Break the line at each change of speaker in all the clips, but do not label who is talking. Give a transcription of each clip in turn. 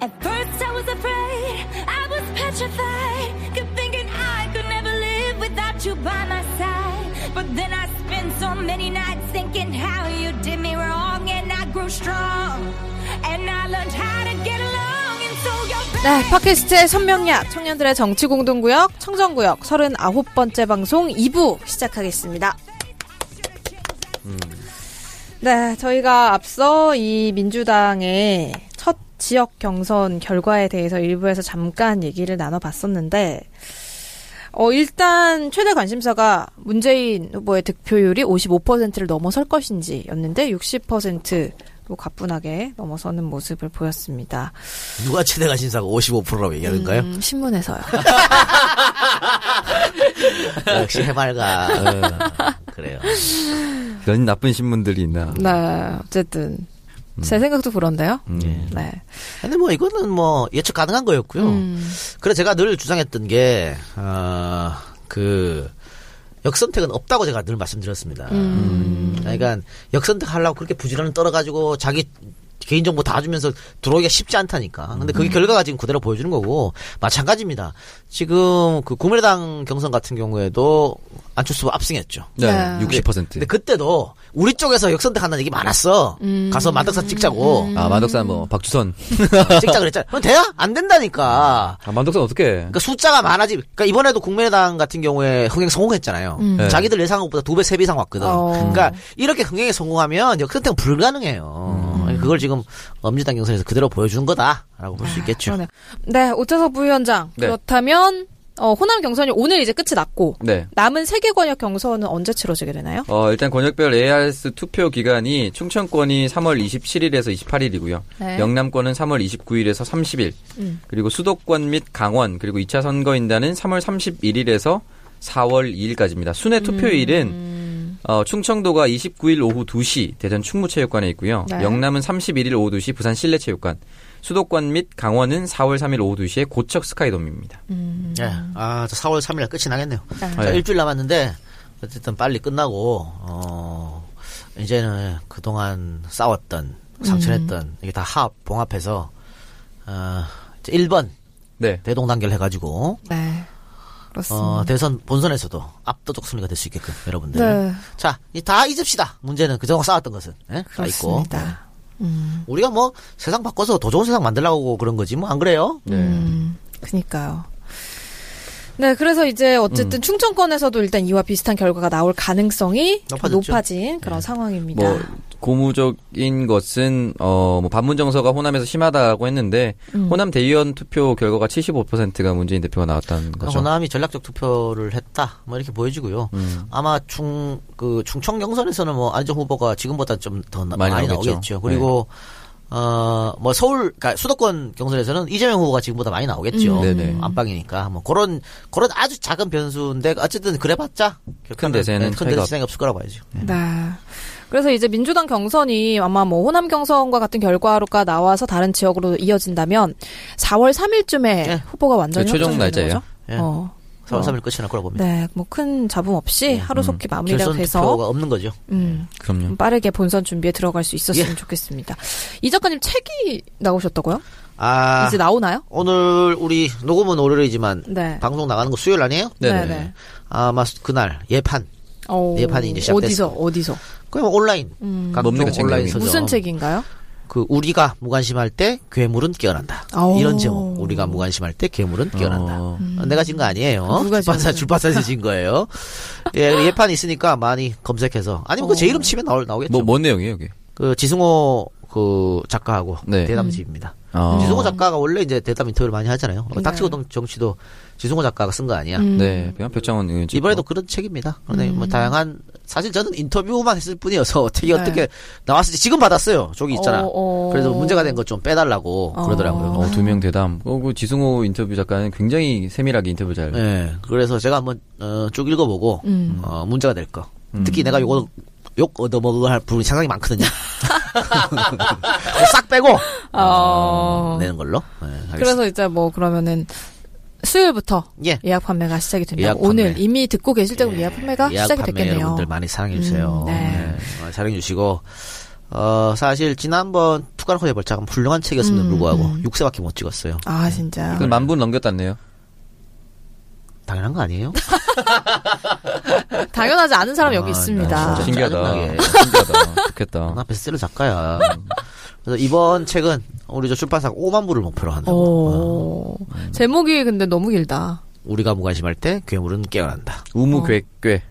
At first I was afraid, I was petrified, kept thinking I could never live without you by my side. But then I spent so many nights thinking how you did me wrong, and I grew strong, and I learned how to get along, and so you're back.
네, 팟캐스트의 선명야 청년들의 정치 공동구역 청정구역 39번째 방송 2부 시작하겠습니다. 네, 저희가 앞서 이 민주당의 첫 지역 경선 결과에 대해서 일부에서 잠깐 얘기를 나눠봤었는데, 어, 일단 최대 관심사가 문재인 후보의 득표율이 55%를 넘어설 것인지였는데 60%로 가뿐하게 넘어서는 모습을 보였습니다.
누가 최대 관심사가 55%라고 얘기하는가요?
음, 신문에서요.
어, 역시 해맑아. 어, 그래요.
이런 나쁜 신문들이 있나.
네, 어쨌든
음.
제 생각도 그런데요.
예.
네.
근데 뭐 이거는 뭐 예측 가능한 거였고요. 그래서 제가 늘 주장했던 게, 어, 그, 역선택은 없다고 제가 늘 말씀드렸습니다. 그러니까 역선택 하려고 그렇게 부지런히 떨어가지고 자기 개인정보 다 주면서 들어오기가 쉽지 않다니까. 근데 그게 결과가 지금 그대로 보여주는 거고, 마찬가지입니다. 지금 그 국민의당 경선 같은 경우에도 안철수 후보 압승했죠.
네,
네.
60%.
근데 그때도 우리 쪽에서 역선택한다는 얘기 많았어. 가서 만덕산 찍자고.
아, 만덕산 뭐, 박주선.
찍자 그랬잖아. 그럼 돼야? 안 된다니까.
아, 만덕산 어떻게
그러니까 숫자가 많아지. 그러니까 이번에도 국민의당 같은 경우에 흥행 성공했잖아요.
네.
자기들 예상한 것보다 두 배, 세 배 이상 왔거든.
어.
그러니까 이렇게 흥행에 성공하면 역선택은 불가능해요. 그걸 지금 민주당 경선에서 그대로 보여준 거다라고 볼 수 있겠죠.
그러네요. 네, 오차석 부위원장.
그렇죠. 네.
그렇다면 어, 호남 경선이 오늘 이제 끝이 났고
네.
남은 세계 권역 경선은 언제 치러지게 되나요?
어, 일단 권역별 ARS 투표 기간이 충청권이 3월 27일에서 28일이고요.
네.
영남권은 3월 29일에서 30일.
음.
그리고 수도권 및 강원 그리고 2차 선거인단은 3월 31일에서 4월 2일까지입니다. 순회
음.
투표일은 어, 충청도가 29일 오후 2시 대전 충무체육관에 있고요.
네.
영남은 31일 오후 2시 부산 실내체육관. 수도권 및 강원은 4월 3일 오후 2시에 고척 스카이돔입니다.
음.
예. 아, 저 4월 3일 날 끝이 나겠네요.
네.
자,
네.
일주일 남았는데 어쨌든 빨리 끝나고 어 이제는 그동안 싸웠던 상처냈던
음.
이게 다 합, 봉합해서 어 이제 1번
네.
대동 단결 해가지고
네. 그렇습니다.
어 대선 본선에서도 압도적 승리가 될 수 있게끔 여러분들
네.
자다 잊읍시다 문제는 그동안 싸웠던 것은 예? 다 있고
그렇습니다.
우리가 뭐 세상 바꿔서 더 좋은 세상 만들려고 그런 거지 뭐 안 그래요?
네.
음, 그니까요. 네, 그래서 이제
음.
어쨌든 충청권에서도 일단 이와 비슷한 결과가 나올 가능성이 좀
높아졌죠. 네.
높아진 그런 상황입니다.
뭐 고무적인 것은 어뭐 반문 정서가 호남에서 심하다고 했는데
음.
호남 대의원 투표 결과가 75%가 문재인 대표가 나왔다는 거죠.
호남이 전략적 투표를 했다 뭐 이렇게 보여지고요.
음,
아마 충 그 충청 경선에서는 뭐 안정 후보가 지금보다 좀 더 많이,
많이 나오겠죠. 네.
나오겠죠. 그리고 어뭐 서울 그러니까 수도권 경선에서는 이재명 후보가 지금보다 많이 나오겠죠.
음. 네네.
안방이니까 뭐 그런 그런 아주 작은 변수인데 어쨌든 그래봤자 결과는-
대세는
네, 큰
차이가
대세
없-
시장이 없을 거라고 봐야죠. 네.
네. 그래서 이제 민주당 경선이 아마 뭐 호남 경선과 같은 결과로가 나와서 다른 지역으로 이어진다면 4월 3일쯤에
예.
후보가 완전히
그 최종
확정이 되는
날짜예요.
거죠?
예.
어.
4월 3일 끝이 날 거라고 봅니다.
네, 뭐 큰 잡음 없이 하루속히 마무리가
네. 결선
돼서
투표가 없는 거죠.
음,
그럼요.
빠르게 본선 준비에 들어갈 수 있었으면
예.
좋겠습니다. 이 작가님 책이 나오셨다고요?
아
이제 나오나요?
오늘 우리 녹음은 월요일이지만
네.
방송 나가는 거 수요일 아니에요?
네네.
아마 그날 예판
어,
네, 예판이 이제
어디서
시작됐어요.
어디서
그냥 온라인 각종
뭡니까, 책명이?
온라인 서점
음. 무슨 책인가요?
그 우리가 무관심할 때 괴물은 깨어난다
아오. 음.
이런 제목 우리가 무관심할 때 괴물은 깨어난다
어.
내가 진 거 아니에요
누가
출판사
지었어요?
출판사에서 진 거예요 예 예판 있으니까 많이 검색해서 아니면
어.
그 제 이름 치면 나올 나오겠죠
뭐 뭔 내용이에요, 이게?
그 지승호 그 작가하고
네.
대담집입니다
아.
음, 지승호 작가가 원래 이제 대담 인터뷰를 많이 하잖아요
네.
어, 닥치고 동- 정치도 지승호 작가가 쓴 거 아니야
네, 그냥 표창원 의원 찍고.
음. 이번에도 그런 책입니다. 그런데
음.
뭐 다양한 사실 저는 인터뷰만 했을 뿐이어서 어떻게 어떻게 나왔을지 지금 받았어요. 저기
네.
있잖아.
어, 어.
그래서 문제가 된 것 좀 빼달라고 그러더라고요.
어, 두 명 대담. 어, 그 지승호 인터뷰 작가는 굉장히 세밀하게 인터뷰 잘.
예. 그래서 제가 한번 어, 쭉 읽어보고
음.
어, 문제가 될 거.
음.
특히 내가 요거 욕 얻어먹을 할 부분이 상당히 많거든요. 싹 빼고
어,
내는 걸로. 예, 아, 알겠습니다.
그래서 이제 뭐 그러면은 수요일부터
예.
예약 판매가 시작이 된다고
예약 판매.
오늘 이미 듣고 계실 때부터 예약 판매가
예약
시작이
판매
됐겠네요.
여러분들 많이 사랑해 주세요.
음, 네.
사랑해 주시고 어, 사실 지난번 투카르코 재벌 작은 훌륭한 책이었음에도
음,
불구하고
음.
6세밖에 못 찍었어요.
아 진짜.
그 만분 넘겼다네요.
당연한 거 아니에요?
당연하지 않은 사람 이 여기
아, 나
있습니다.
진짜.
신기하다.
짜증나게.
신기하다.
나
좋겠다.
앞에서 쓰는 작가야. 그래서 이번 책은 우리 저 출판사가 5만 부를 목표로 한다.
어.
고
오.
음.
제목이 근데 너무 길다.
우리가 무관심할 때 괴물은 깨어난다.
우무괴괴.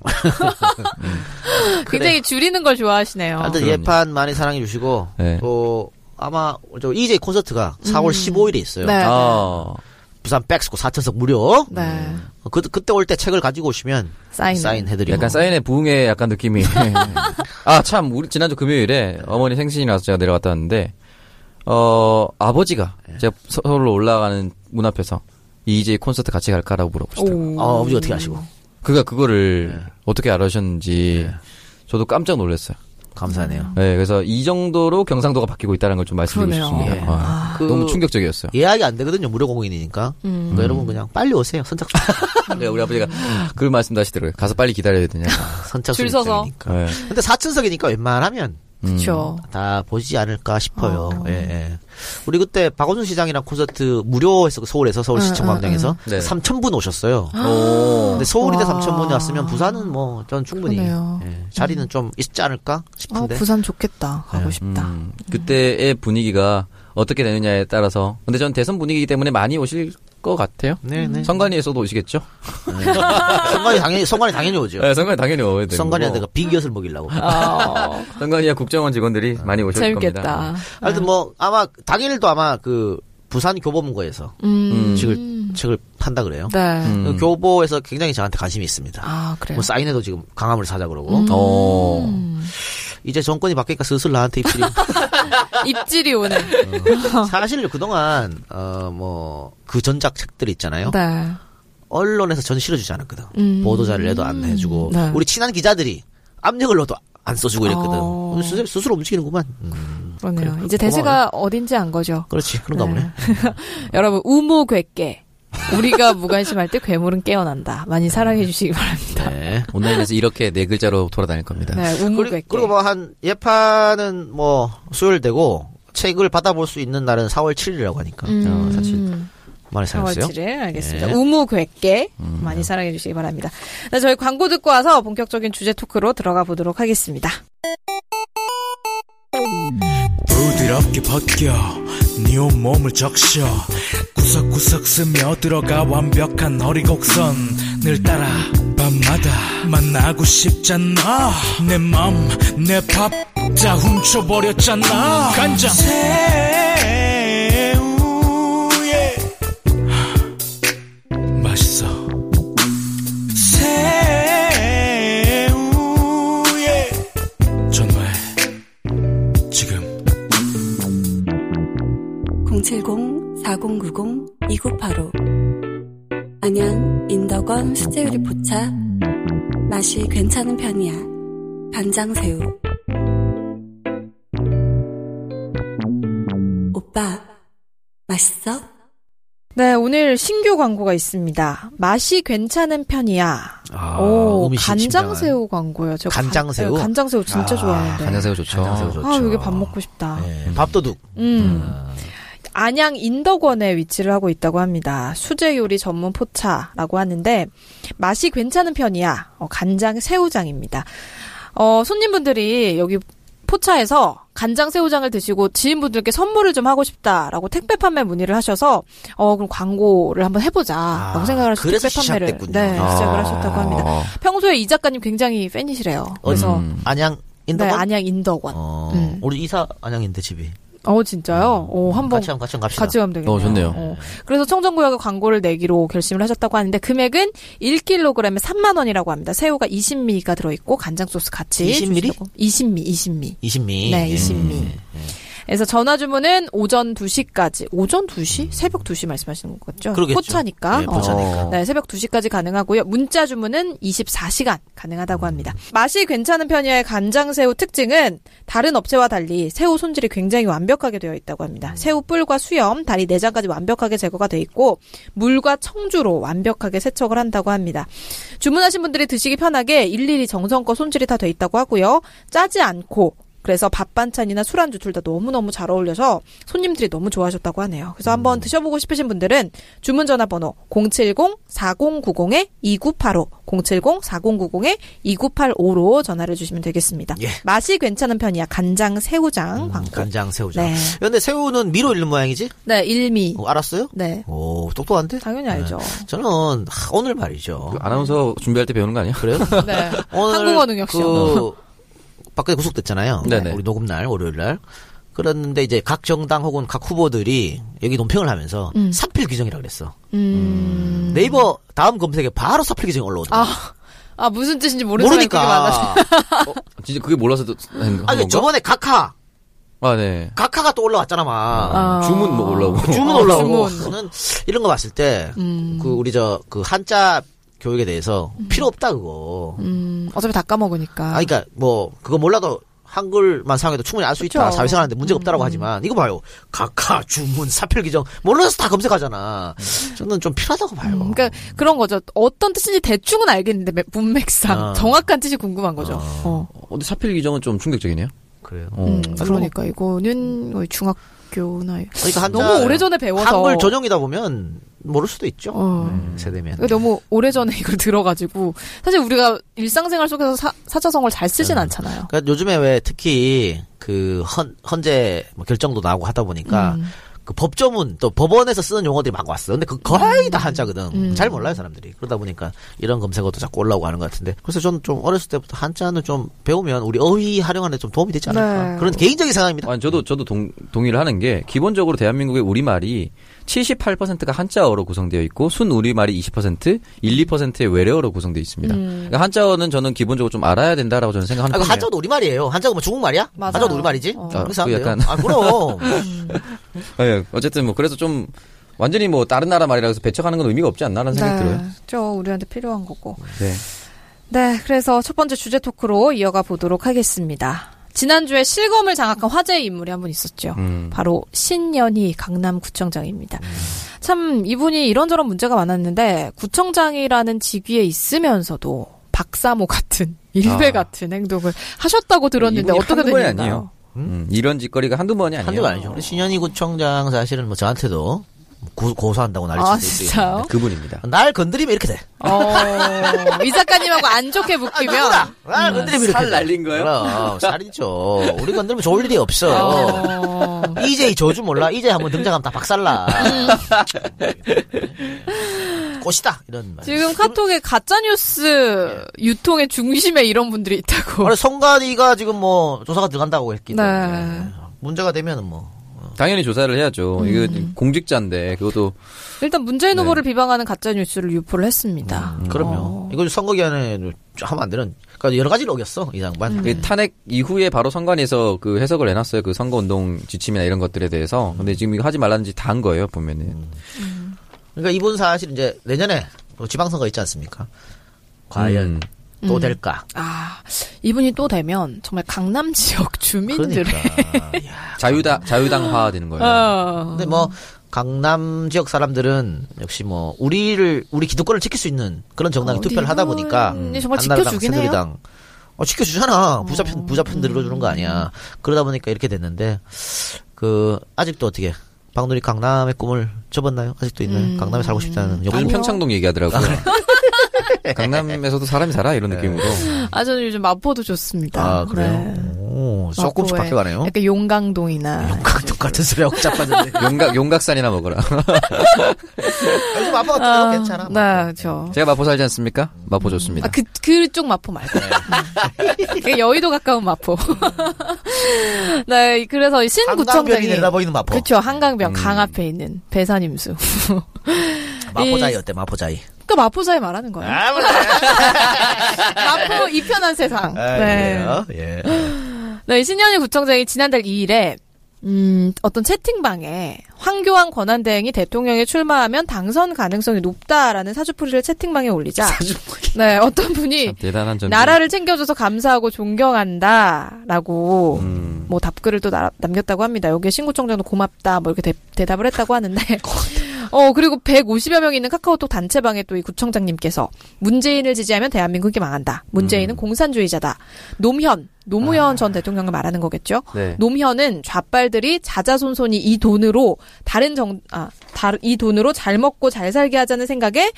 굉장히 줄이는 걸 좋아하시네요.
하여튼
그럼요.
예판 많이 사랑해 주시고
네.
또 아마 저 EJ 콘서트가 4월 15일에 있어요.
네.
아,
부산 백스코 4천석 무료.
네.
어, 그, 그때 올 때 책을 가지고 오시면
사인.
사인해드리고
약간 사인의 부흥의 약간 느낌이. 아, 참, 우리 지난주 금요일에 어머니 생신이라서 제가 내려갔다 왔는데, 어, 아버지가
네.
제가 서울로 올라가는 문 앞에서 이 이제 콘서트 같이 갈까라고 물어보시더라고요.
오.
아, 아버지 어떻게 아시고
그가 그거를 어떻게 알아셨는지 저도 깜짝 놀랐어요.
감사하네요.
네, 그래서 이 정도로 경상도가 바뀌고 있다는 걸 좀 말씀드리고
그러네요.
싶습니다.
예.
아,
그-
너무 충격적이었어요.
예약이 안 되거든요. 무료 공연이니까.
음.
그러니까 여러분 그냥 빨리 오세요. 선착순
네, 우리 아버지가 그 말씀도 하시더라고요. 가서 빨리 기다려야 되냐.
아,
선착순
줄 서서.
입장이니까.
네.
근데 4천석이니까 웬만하면
그렇죠.
다 보지 않을까 싶어요.
아,
예, 예. 우리 그때 박원순 시장이랑 콘서트 무료에서 서울에서 서울
음,
시청광장에서
네.
3,000분 오셨어요.
오.
근데 서울에서
아. 와.
3,000분이 왔으면 부산은 뭐 저는 충분히
그러네요. 음.
예, 자리는 좀 있지 않을까 싶은데.
아, 부산 좋겠다. 가고
네.
싶다.
음, 그때의 분위기가 어떻게 되느냐에 따라서. 근데 전 대선 분위기이기 때문에 많이 오실 것 같아요.
네, 네.
선관위에서도 오시겠죠?
성관이 당연히 성관이 당연히 오죠.
네, 선관위 당연히 오야 되고.
선관이
어.
내가 비기엇을 먹이려고.
아,
선관위와 국정원 직원들이 많이 오실 겁니다.
재밌겠다.
하여튼 뭐 아마 당일도 아마 그 부산 교보문고에서
음.
책을 책을 판다 그래요.
네.
음.
그 교보에서 굉장히 저한테 관심이 있습니다.
아, 그래요. 음.
뭐 사인해도 지금 강함을 사자 그러고
어.
이제 정권이 바뀌니까 슬슬 나한테 입질이
입질이 오네.
사실 그동안 어 뭐 그 전작 책들 있잖아요.
네.
언론에서 전 실어주지 않았거든.
음.
보도자를 내도 안 해주고
네.
우리 친한 기자들이 압력을 넣어도 안 써주고 이랬거든.
어.
스스- 스스로 움직이는구만. 음,
그러네요.
그래,
이제 대세가 어딘지 안 거죠.
그렇지 그런가
네.
보네.
여러분 우모 괴깨. 우리가 무관심할 때 괴물은 깨어난다. 많이 사랑해 주시기 바랍니다.
네.
온라인에서 이렇게 네 글자로 돌아다닐 겁니다.
네, 우모 괴깨.
그리고, 그리고 뭐한 예판은 뭐 수요일 되고 책을 받아볼 수 있는 날은 4월 7일이라고 하니까
음,
어, 사실 많이
4월
사용했어요. 음.
7일 알겠습니다.
예.
우무 괴깨 많이 사랑해 주시기 바랍니다. 네, 저희 광고 듣고 와서 본격적인 주제 토크로 들어가 보도록 하겠습니다.
부드럽게 벗겨 네 온몸을 적셔 구석구석 스며 들어가 완벽한 허리곡선 늘 따라 밤마다 만나고 싶잖아 내맘내 밥 다 훔쳐버렸잖아 간장 새우에 맛있어 새우에 정말 지금
070-4090-2985 안양, 인덕원, 수제우리 포차 맛이 괜찮은 편이야 간장새우 오빠 맛있어?
네, 오늘 신규 광고가 있습니다. 맛이 괜찮은 편이야.
아,
오,
음이
간장새우 광고예요. 제가 간-
간장새우?
네, 간장새우 진짜
아,
좋아하는데.
간장새우 네. 좋죠.
간장새우 좋죠.
아, 여기 밥 먹고 싶다.
예, 밥도둑.
음. 안양 인덕원에 위치를 하고 있다고 합니다. 수제 요리 전문 포차라고 하는데 맛이 괜찮은 편이야. 어, 간장 새우장입니다. 어, 손님분들이 여기 포차에서 간장 새우장을 드시고 지인분들께 선물을 좀 하고 싶다라고 택배 판매 문의를 하셔서 어 그럼 광고를 한번 해보자라고
아,
생각을 해서
그래서
택배 판매를
시작됐군요.
네
아.
시작을 하셨다고 합니다. 평소에 이 작가님 굉장히 팬이시래요. 그래서
음.
안양
네,
인덕원.
안양 인덕원. 어,
어,
음.
우리 이사 안양인데 집이.
진짜요? 오 한번
같이 한번 같이 한번 갑시다.
같이 가면 되겠네요.
어, 좋네요.
그래서 청정구역에 광고를 내기로 결심을 하셨다고 하는데 금액은 1kg에 3만 원이라고 합니다. 새우가 20미가 들어있고 간장 소스 같이
20ml?
주시려고. 20미, 20미.
20미.
네,
예.
20미. 그래서 전화 주문은 오전 2시까지. 오전 2시? 새벽 2시 말씀하시는 거죠?
그러겠죠.
포차니까.
예,
어.
포차니까.
네, 새벽 2시까지 가능하고요. 문자 주문은 24시간 가능하다고 합니다. 맛이 괜찮은 편이의 간장새우 특징은 다른 업체와 달리 새우 손질이 굉장히 완벽하게 되어 있다고 합니다. 새우 뿔과 수염, 다리 네 내장까지 완벽하게 제거가 돼 있고 물과 청주로 완벽하게 세척을 한다고 합니다. 주문하신 분들이 드시기 편하게 일일이 정성껏 손질이 다 돼 있다고 하고요. 짜지 않고 그래서 밥 반찬이나 술안주 둘 다 너무너무 잘 어울려서 손님들이 너무 좋아하셨다고 하네요.
음.
그래서 한번 드셔보고 싶으신 분들은 주문 전화번호 070-4090-2985 070-4090-2985로 전화를 주시면 되겠습니다.
예. 음,
맛이 괜찮은 편이야. 간장 새우장 광고.
간장 새우장.
네.
그런데 새우는 미로 읽는 모양이지?
네, 일미.
어, 알았어요?
네.
오, 똑똑한데?
당연히 알죠.
저는 하, 오늘 말이죠.
그 아나운서 준비할 때 배우는 거 아니야?
그래요?
네.
오늘
한국어 능력시험.
그 박근혜 구속됐잖아요.
네네.
우리 녹음 날 월요일 날. 그랬는데 이제 각 정당 혹은 각 후보들이 여기 논평을 하면서
음.
사필 규정이라고 그랬어. 음. 네이버 다음 검색에 바로 사필 규정이
아,
올라오더라고.
아, 무슨 뜻인지 모르는 사람이 그게 많아서.
모르니까.
진짜 그게 몰라서 또 한
아니
건가?
저번에 각하,
아, 네.
각하가 또 올라왔잖아 막.
아.
주문 뭐 올라오고.
주문
어, 주문.
올라오고
음.
저는 이런 거 봤을 때 그 우리 저 그 한자 교육에 대해서 필요 없다 그거.
음, 어차피 다 까먹으니까.
아, 그러니까 뭐 그거 몰라도 한글만 사용해도 충분히 알 수 있다.
그쵸. 음.
사회생활하는데 문제 없다라고 하지만 이거 봐요. 각하 주문 사필 규정 몰라서 다 검색하잖아. 저는 좀 필요하다고 봐요.
음, 그러니까 그런 거죠. 어떤 뜻인지 대충은 알겠는데 매- 문맥상
어.
정확한 뜻이 궁금한 거죠. 어.
어, 근데 사필 규정은 좀 충격적이네요.
아. 그래요.
어.
음, 그러니까 이거는 거의 중학교나
그러니까 한자
너무 오래전에 배워서
한글 전형이다 보면 모를 수도 있죠.
어.
음, 세대면.
그러니까 너무 오래전에 이걸 들어가지고 사실 우리가 일상생활 속에서 사, 사자성어를 잘 쓰진 않잖아요.
그러니까 요즘에 왜 특히 그 헌, 헌재 뭐 결정도 나오고 하다 보니까
음.
그 법조문 또 법원에서 쓰는 용어들이 막 왔어. 근데 그 거의
음.
다 한자거든. 잘 몰라요 사람들이. 그러다 보니까 이런 검색어도 자꾸 올라오고 하는 것 같은데. 그래서 저는 좀 어렸을 때부터 한자는 좀 배우면 우리 어휘 활용하는 데 좀 도움이 되지 않을까.
네.
그런 개인적인 생각입니다.
아니, 저도, 저도 동, 동의를 하는 게, 기본적으로 대한민국의 우리말이 78%가 한자어로 구성되어 있고, 순 우리말이 20%, 1, 2%의 외래어로 구성되어 있습니다. 그러니까 한자어는 저는 기본적으로 좀 알아야 된다라고 저는
음.
생각하는
아, 그
편이에요.
한자도 우리 말이에요. 한자가 뭐 중국 말이야?
맞아요.
한자도 우리 말이지.
어.
아,
그렇게 생각해요.
약간-
아 그럼.
아, 예. 어쨌든 뭐, 그래서 좀, 완전히 뭐, 다른 나라 말이라 해서 배척하는 건 의미가 없지 않나라는 생각이
네.
들어요.
네. 저 우리한테 필요한 거고.
네.
네, 그래서 첫 번째 주제 토크로 이어가 보도록 하겠습니다. 지난주에 실검을 장악한 화제의 인물이 한 분 있었죠.
음.
바로 신연희 강남구청장입니다. 참 이분이 이런저런 문제가 많았는데 구청장이라는 직위에 있으면서도 박사모 같은 일배
아.
같은 행동을 하셨다고 들었는데
이분이
어떻게
한두 번이
된
아니에요.
일인가요?
음, 이런 짓거리가 한두 번이 아니에요.
한도 아니죠. 우리 신현희 구청장 사실은 뭐 저한테도 고, 고소한다고 난리
아,
칠수
어?
진짜요?
있는데.
네, 그분입니다.
날 건드리면 이렇게 돼.
어, 이 작가님하고 안 좋게 묶이면
아,
음.
건드리면 이렇게
살
돼.
날린 거예요?
그럼, 살이죠. 우리 건드리면 좋을 일이 없어.
어,
이제 조주 몰라. 이제 한번 등장하면 다 박살나.
음.
꽃이다. 이런 말.
지금 카톡에 가짜 뉴스 유통의 중심에 이런 분들이 있다고.
아,
원래 송가리가 지금 뭐 조사가 들어간다고 했기 때문에
네.
문제가 되면은 뭐
당연히 조사를 해야죠. 이거 공직자인데, 그것도
일단 문재인
네.
후보를 비방하는 가짜 뉴스를 유포를 했습니다.
음,
어.
그럼요. 이거 선거 기간에 하면 안 되는. 그러니까 여러 가지를 어겼어 이 장반.
음.
그 탄핵 이후에 바로 선관위에서 그 해석을 해놨어요. 그 선거운동 지침이나 이런 것들에 대해서. 근데 지금 이거 하지 말라는 짓 다 한 거예요, 보면은.
그러니까 이분 사실 이제 내년에 또 지방선거 있지 않습니까? 과연
음.
음.
또 될까?
아, 이분이 또 되면 정말 강남 지역 주민들의
그러니까.
자유다, 자유당화 되는 거예요.
어.
근데 뭐 강남 지역 사람들은 역시 뭐 우리를 우리 기득권을 지킬 수 있는 그런 정당이
어, 음,
투표를 하다 보니까
이분이 정말
한나라당,
지켜주긴 해요.
새누리당 어 지켜주잖아 부자 편 부자 편 들어주는 거 아니야 그러다 보니까 이렇게 됐는데 그 아직도 어떻게 박누리 강남의 꿈을 접었나요 아직도 있나요
음.
강남에 살고 싶다는
요즘 아,
욕심
평창동 얘기하더라고요. 강남에서도 사람이 살아? 이런 느낌으로.
아 저는 요즘 마포도 좋습니다.
아 그래요
네.
오, 조금씩
마포에
바뀌어가네요 아,
약간 용강동이나
용각동 같은 소리하고 자빠졌네
용각, 용각산이나 먹어라.
요즘 아빠가 또 괜찮아
네, 그렇죠.
제가 마포 살지 않습니까? 마포 좋습니다.
아, 그, 그쪽 마포 말고.
네.
음. 그 여의도 가까운 마포. 네, 그래서 이
한강변이
신구청장이.
내다보이는 뭐. 음. 마포
그쵸, 한강변 강 앞에 있는 배산임수.
마포자이
이-
어때 마포자이
그니까 마포자에 말하는 거예요. 마포 이편한 세상. 네.
아, 그래요? 예.
네, 신현희 구청장이 지난달 2일에 음, 어떤 채팅방에 황교안 권한대행이 대통령에 출마하면 당선 가능성이 높다라는 사주풀이를 채팅방에 올리자 네, 어떤 분이
참 대단한 점.
나라를 챙겨줘서 감사하고 존경한다라고
음.
뭐 답글을 또 나- 남겼다고 합니다. 여기에 신구청장도 고맙다 뭐 이렇게 대, 답을 했다고 하는데 어, 그리고 150여 명 있는 카카오톡 단체방에 또 이 구청장님께서 문재인을 지지하면 대한민국이 망한다.
음.
문재인은 공산주의자다. 노무현, 노무현
아.
전 대통령을 말하는 거겠죠.
네.
노무현은 좌빨들이 자자손손이 이 돈으로 다른 정, 아, 다, 이 돈으로 잘 먹고 잘 살게 하자는 생각에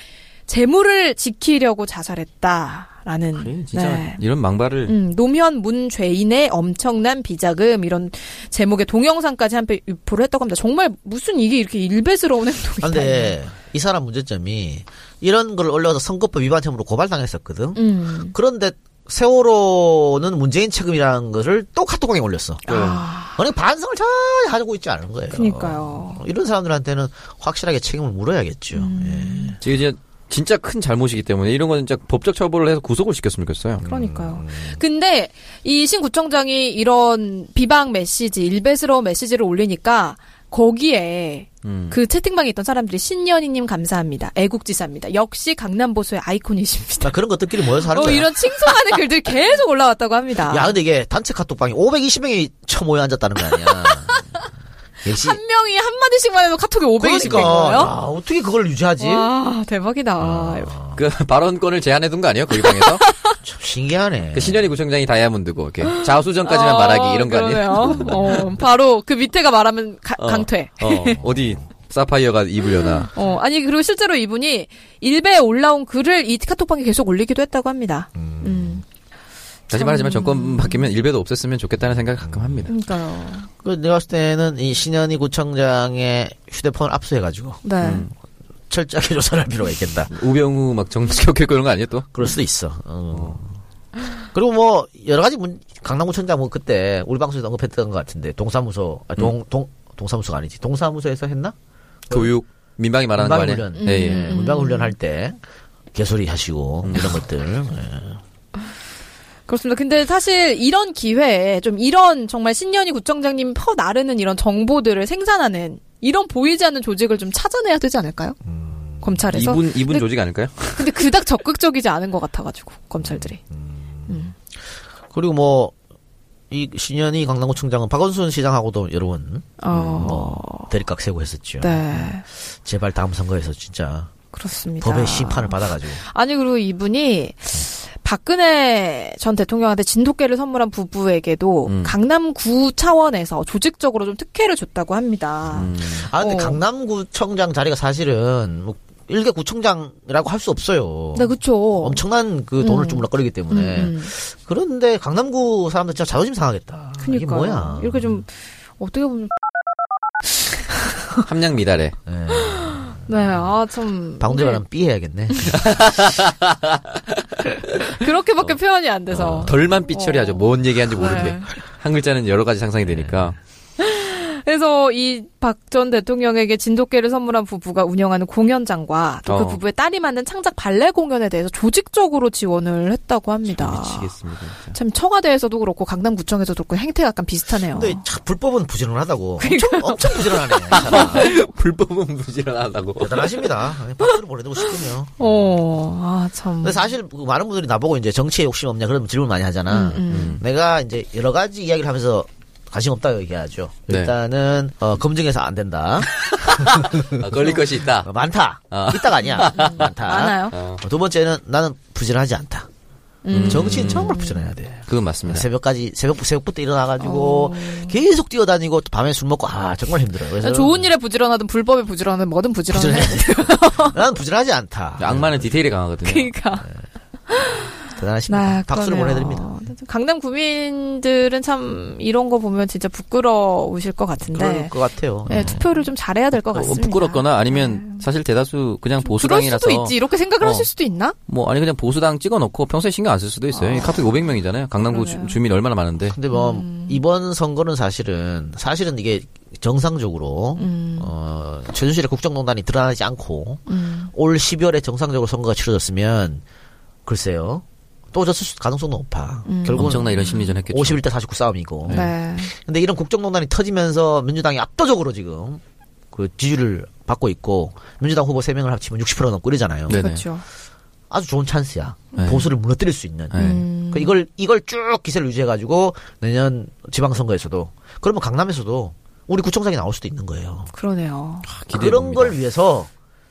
재물을 지키려고 자살했다라는.
아니, 진짜 이런 망발을
음, 노무현 문죄인의 엄청난 비자금 이런 제목의 동영상까지 한편 유포를 했다고 합니다. 정말 무슨 이게 이렇게 일베스러운 행동이
아, 근데 이 사람 문제점이 이런 걸 올려서 선거법 위반 혐의로 고발당했었거든.
음.
그런데 세월호는 문재인 책임이라는 것을 또 카톡방에 올렸어. 아니 반성을 전혀 하고 있지 않은 거예요.
네. 그러니까요.
이런 사람들한테는 확실하게 책임을 물어야겠죠.
음.
예.
지금 이제 진짜 큰 잘못이기 때문에 이런 건 진짜 법적 처벌을 해서 구속을 시켰으면 좋겠어요.
그러니까요. 근데 이 신구청장이 이런 비방 메시지, 일베스러운 메시지를 올리니까 거기에
음.
그 채팅방에 있던 사람들이 신년이님 감사합니다. 애국지사입니다. 역시 강남보수의 아이콘이십니다.
나 그런 것들끼리 모여서 하는
어,
거야.
이런 칭송하는 글들 계속 올라왔다고 합니다.
야, 근데 이게 단체 카톡방에 520명이 처 모여 앉았다는 거 아니야. 역시.
한 명이 한마디씩만 해도 카톡에 500씩 된
그러니까. 야,
거예요?
어떻게 그걸
예?
유지하지?
와, 아, 대박이다. 아.
그 발언권을 제한해둔 거 아니에요? 거기 방에서
네.
참 신기하네.
그 신현희 구청장이 다이아몬드고 이렇게 자수전까지만
어,
말하기 이런 거 아니에요?
그러네요. 어, 바로 그 밑에가 말하면 가- 강퇴.
어, 어디 사파이어가 입으려나?
어, 아니, 그리고 실제로 이분이 일베에 올라온 글을 이 카톡방에 계속 올리기도 했다고 합니다. 음.
다시 말하지만 정권 바뀌면 일배도 없앴으면 좋겠다는 생각을 가끔 합니다.
그러니까요.
그 내가 봤을 때는 이 신현희 구청장의 휴대폰을 압수해가지고
네.
음.
철저하게 조사를 할 필요가 있겠다.
우병우 막 정치격했고 이런 거 아니에요 또?
그럴 수도 있어. 어. 그리고 뭐 여러 가지 문 강남구청장 뭐 그때 우리 방송에서 언급했던 것 같은데 동사무소
음.
아, 동, 동 동사무소가 아니지 동사무소에서 했나?
교육 민방위 말하는 거 아니에요?
문방훈련. 음.
예,
음.
음. 예.
문방훈련 할 때 개소리 하시고 이런 것들. 예.
그렇습니다. 근데 사실 이런 기회에 좀 이런 정말 신년이 구청장님 퍼 나르는 이런 정보들을 생산하는 이런 보이지 않는 조직을 좀 찾아내야 되지 않을까요? 검찰에서.
음. 이분 이분
근데-
조직 아닐까요?
근데 그닥 적극적이지 않은 것 같아가지고 검찰들이.
그리고 뭐. 이 신현희 강남구청장은 박원순 시장하고도 여러 번
음.
어,
대립각 세고 했었죠.
네,
제발 다음 선거에서 진짜
그렇습니다.
법의 심판을 받아가지고
아니 그리고 이분이 박근혜 전 대통령한테 진돗개를 선물한 부부에게도
음.
강남구 차원에서 조직적으로 좀 특혜를 줬다고 합니다.
아 근데
어.
강남구청장 자리가 사실은 뭐 일개 구청장이라고 할 수 없어요.
네, 그렇죠.
엄청난 네. 그 돈을
음.
주물럭거리기 때문에 그런데 강남구 사람들 진짜 자존심 상하겠다. 아, 이게
그러니까
뭐야?
이렇게 좀 어떻게 보면
함량 미달에
예.
네, 아 참.
방대바람 삐 해야겠네.
네. 그렇게밖에
어.
표현이 안 돼서.
덜만 삐처리하죠.
어.
뭔 얘기하는지 모르는데
네.
한 글자는 여러 가지 상상이 되니까
그래서 이 박 전 대통령에게 진돗개를 선물한 부부가 운영하는 공연장과 또 그
어.
부부의 딸이 만든 창작 발레 공연에 대해서 조직적으로 지원을 했다고 합니다.
미치겠습니다. 진짜.
참 청와대에서도 그렇고 강남구청에서도 그렇고 행태가 약간 비슷하네요.
근데 참 불법은 부지런하다고. 엄청, 엄청 부지런하네. 이
아,
사람.
불법은 부지런하다고.
대단하십니다. 박수를 보내드리고 싶군요.
어, 아 참.
근데 사실 그 많은 분들이 나보고 이제 정치에 욕심 없냐 그런 질문 많이
음,
하잖아. 음. 내가 이제 여러 가지 이야기를 하면서 관심 없다고 얘기하죠.
네.
일단은 어, 검증해서 안 된다.
아, 걸릴 것이 있다.
어, 많다. 있다가 아니야. 많다.
많아요.
어, 두 번째는 나는 부지런하지 않다.
음.
정치인 정말 부지런해야 돼.
그건
네.
맞습니다.
새벽까지 새벽 새벽부터 일어나가지고 계속 뛰어다니고 또 밤에 술 먹고 아 정말 힘들어요. 그래서
좋은 일에 부지런하든 불법에 부지런하든 뭐든 부지런해.
나는 부지런하지 않다.
네,
악마는 디테일이 강하거든요.
그러니까.
대단하십니다. 박수를
그러네요.
보내드립니다.
강남 구민들은 참 이런 거 보면 진짜 부끄러우실 것
그럴
같은데.
것 같아요. 네.
예, 투표를 좀 잘해야 될 것
어,
같습니다. 네.
부끄럽거나 아니면 사실 대다수 그냥
그럴 수도
보수당이라서
있지. 이렇게 생각을
어.
하실 수도 있나?
뭐 아니 그냥 보수당 찍어놓고 평소에 신경 안 쓸 수도 있어요. 이 카톡이 500명이잖아요. 강남구
그러네요.
주, 민 얼마나 많은데.
근데 뭐
음.
이번 선거는 사실은 사실은 이게 정상적으로
음.
어, 최순실의 국정농단이 드러나지 않고
음.
올 12월에 정상적으로 선거가 치러졌으면 글쎄요 또 졌을 수- 가능성도 높아. 결국은
엄청나 이런 심리전 했겠죠.
51대 49 싸움이고.
음. 네.
근데 이런 국정농단이 터지면서 민주당이 압도적으로 지금 그 지지를 받고 있고 민주당 후보 3명을 합치면 60% 넘고이잖아요
네네.
그렇죠.
아주 좋은 찬스야. 보수를 무너뜨릴 수 있는.
네.
음.
그 이걸 이걸 쭉 기세를 유지해가지고 내년 지방선거에서도 그러면 강남에서도 우리 구청장이 나올 수도 있는 거예요.
그러네요.
그런
아, 기대해봅니다.
걸 위해서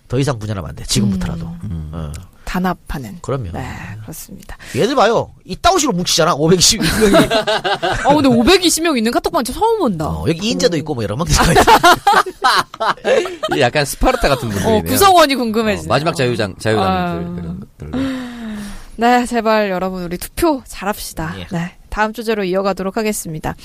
더 이상 분열하면 안 돼. 지금부터라도. 어,
단합하는.
그럼요.
음. 네, 그렇습니다.
얘들 봐요. 이따운 식으로 뭉치잖아. 520명이.
어, 근데 520명 있는 카톡방 진짜 처음 본다.
어, 여기 인재도 있고 뭐 여러 명 있어.
약간 스파르타 같은 분들이네요.
어, 구성원이
어,
궁금해지네.
마지막 자유장
아.
자유장들 그런 것들.
네, 제발 여러분 우리 투표 잘합시다.
예.
네, 다음 주제로 이어가도록 하겠습니다.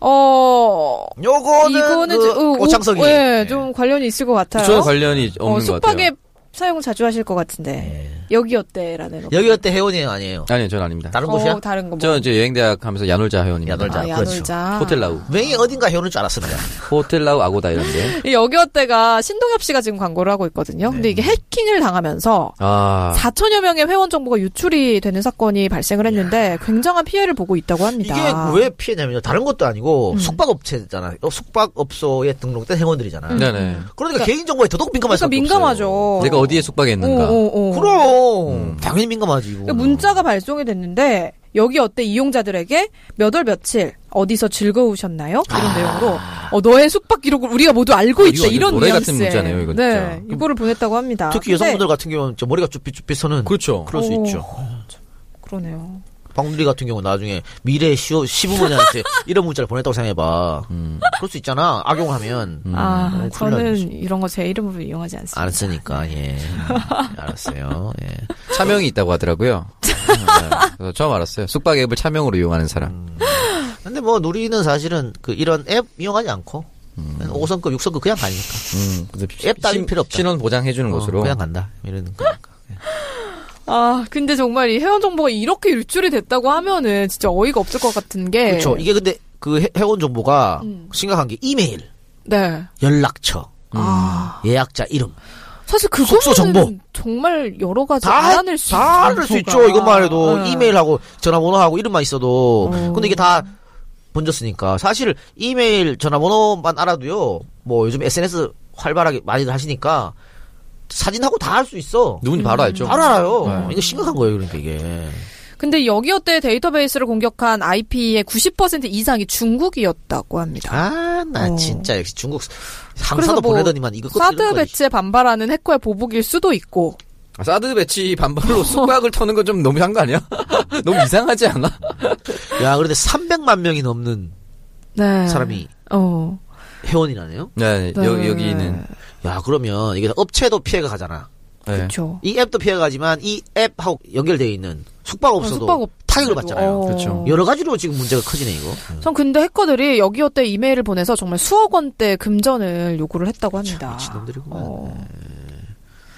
어,
요거는
이거는
그
좀- 어,
오창석이.
오, 예, 좀 관련이 있을 것 같아요.
저와 관련이
어,
없는 것
숙박에
같아요. 예.
사용 자주 하실 것 같은데 여기 어때라는 거.
여기 어때 회원이에요 아니에요?
아니요, 저는 아닙니다.
다른
어,
곳이야?
다른 거 뭐.
저는 이제 여행대학 하면서 야놀자 회원입니다.
야놀자.
아,
그렇죠.
야놀자.
호텔라우.
맹이 어딘가 해오는 줄 알았습니다.
호텔라우 아고다 이런데.
이 여기 어때가 신동엽 씨가 지금 광고를 하고 있거든요.
네.
근데 이게 해킹을 당하면서
아.
4천여 명의 회원 정보가 유출이 되는 사건이 발생을 했는데 굉장한 피해를 보고 있다고
이게
합니다.
왜 피해냐면요. 다른 것도 아니고
음.
숙박업체잖아. 어, 숙박업소에 등록된 회원들이잖아.
네네.
그러니까 개인정보에 더더욱 민감할
음. 그러니까
수밖에 없어요.
민감하죠.
내가 어디에 숙박했는가.
오, 오, 오.
그럼 당연히 민감하지. 이거.
그러니까 문자가 발송이 됐는데 여기 어때 이용자들에게 몇 월 며칠 어디서 즐거우셨나요? 이런
아.
내용으로 어, 너의 숙박 기록을 우리가 모두 알고
어,
있다
이거
이런
노래 같은
뉘앙스의.
문자네요, 이거 진짜.
네,
그럼-
이거를 보냈다고 합니다.
특히 여성분들 같은 경우는 저 머리가 쭈삣쭈삣 서는
그렇죠.
그럴 수
오.
있죠.
그러네요.
박누리 같은 경우 나중에 미래의 시어, 시부모님한테 이런 문자를 보냈다고 생각해봐.
음.
그럴 수 있잖아. 악용하면.
아,
어, 큰일 나죠.
저는 이런 거 제 이름으로 이용하지 않습니다.
알았으니까 예. 알았어요. 예.
차명이 있다고 하더라고요. 네, 그래서 처음 알았어요. 숙박 앱을 차명으로 이용하는 사람.
근데 뭐 누리는 사실은 그 이런 앱 이용하지 않고 5성급, 6성급 그냥 가니까.
음, 그래서
앱 따윈
신-
필요 없다.
신원 보장해주는
어,
것으로.
그냥 간다.
네.
이러는 거니까.
아, 근데 정말 이 회원 정보가 이렇게 유출이 됐다고 하면은 진짜 어이가 없을 것 같은 게
그렇죠. 이게 근데 그 해- 회원 정보가
음.
심각한 게 이메일,
네.
연락처,
아,
예약자 이름
사실 그거
숙소 음. 정보.
정말 여러 가지
다
알아낼 수 있죠.
다 알을 수 있죠. 이것만 해도
네.
이메일하고 전화번호하고 이름만 있어도.
어.
근데 이게 다 번졌으니까 사실 이메일 전화번호만 알아도요. 뭐 요즘 SNS 활발하게 많이들 하시니까 사진하고 다 알 수 있어.
누군지 바로 알죠.
바로 알아요.
네.
이거 심각한 거예요. 그러니까 이게.
근데 여기어때 데이터베이스를 공격한 IP의 90% 이상이 중국이었다고 합니다.
아, 나
어.
진짜 역시 중국
그래서
항사도
뭐
보내더니만 이거
사드 배치에 반발하는 해커의 보복일 수도 있고.
아, 사드 배치 반발로 숙박을 터는 건 좀 너무한 거 아니야? 너무 이상하지 않아?
야, 그런데 300만 명이 넘는
네.
사람이
어.
회원이라네요.
네,
네.
여, 여기는.
야, 그러면 이게 업체도 피해가 가잖아.
네.
그렇죠.
이 앱도 피해가 가지만 이 앱하고 연결되어 있는 숙박업소도 타격을
어.
받잖아요.
그렇죠.
여러 가지로 지금 문제가 커지네 이거. 음.
전 근데 해커들이 여기어때 이메일을 보내서 정말 수억 원대 금전을 요구를 했다고 합니다.
미친놈들이구만.
어.
음.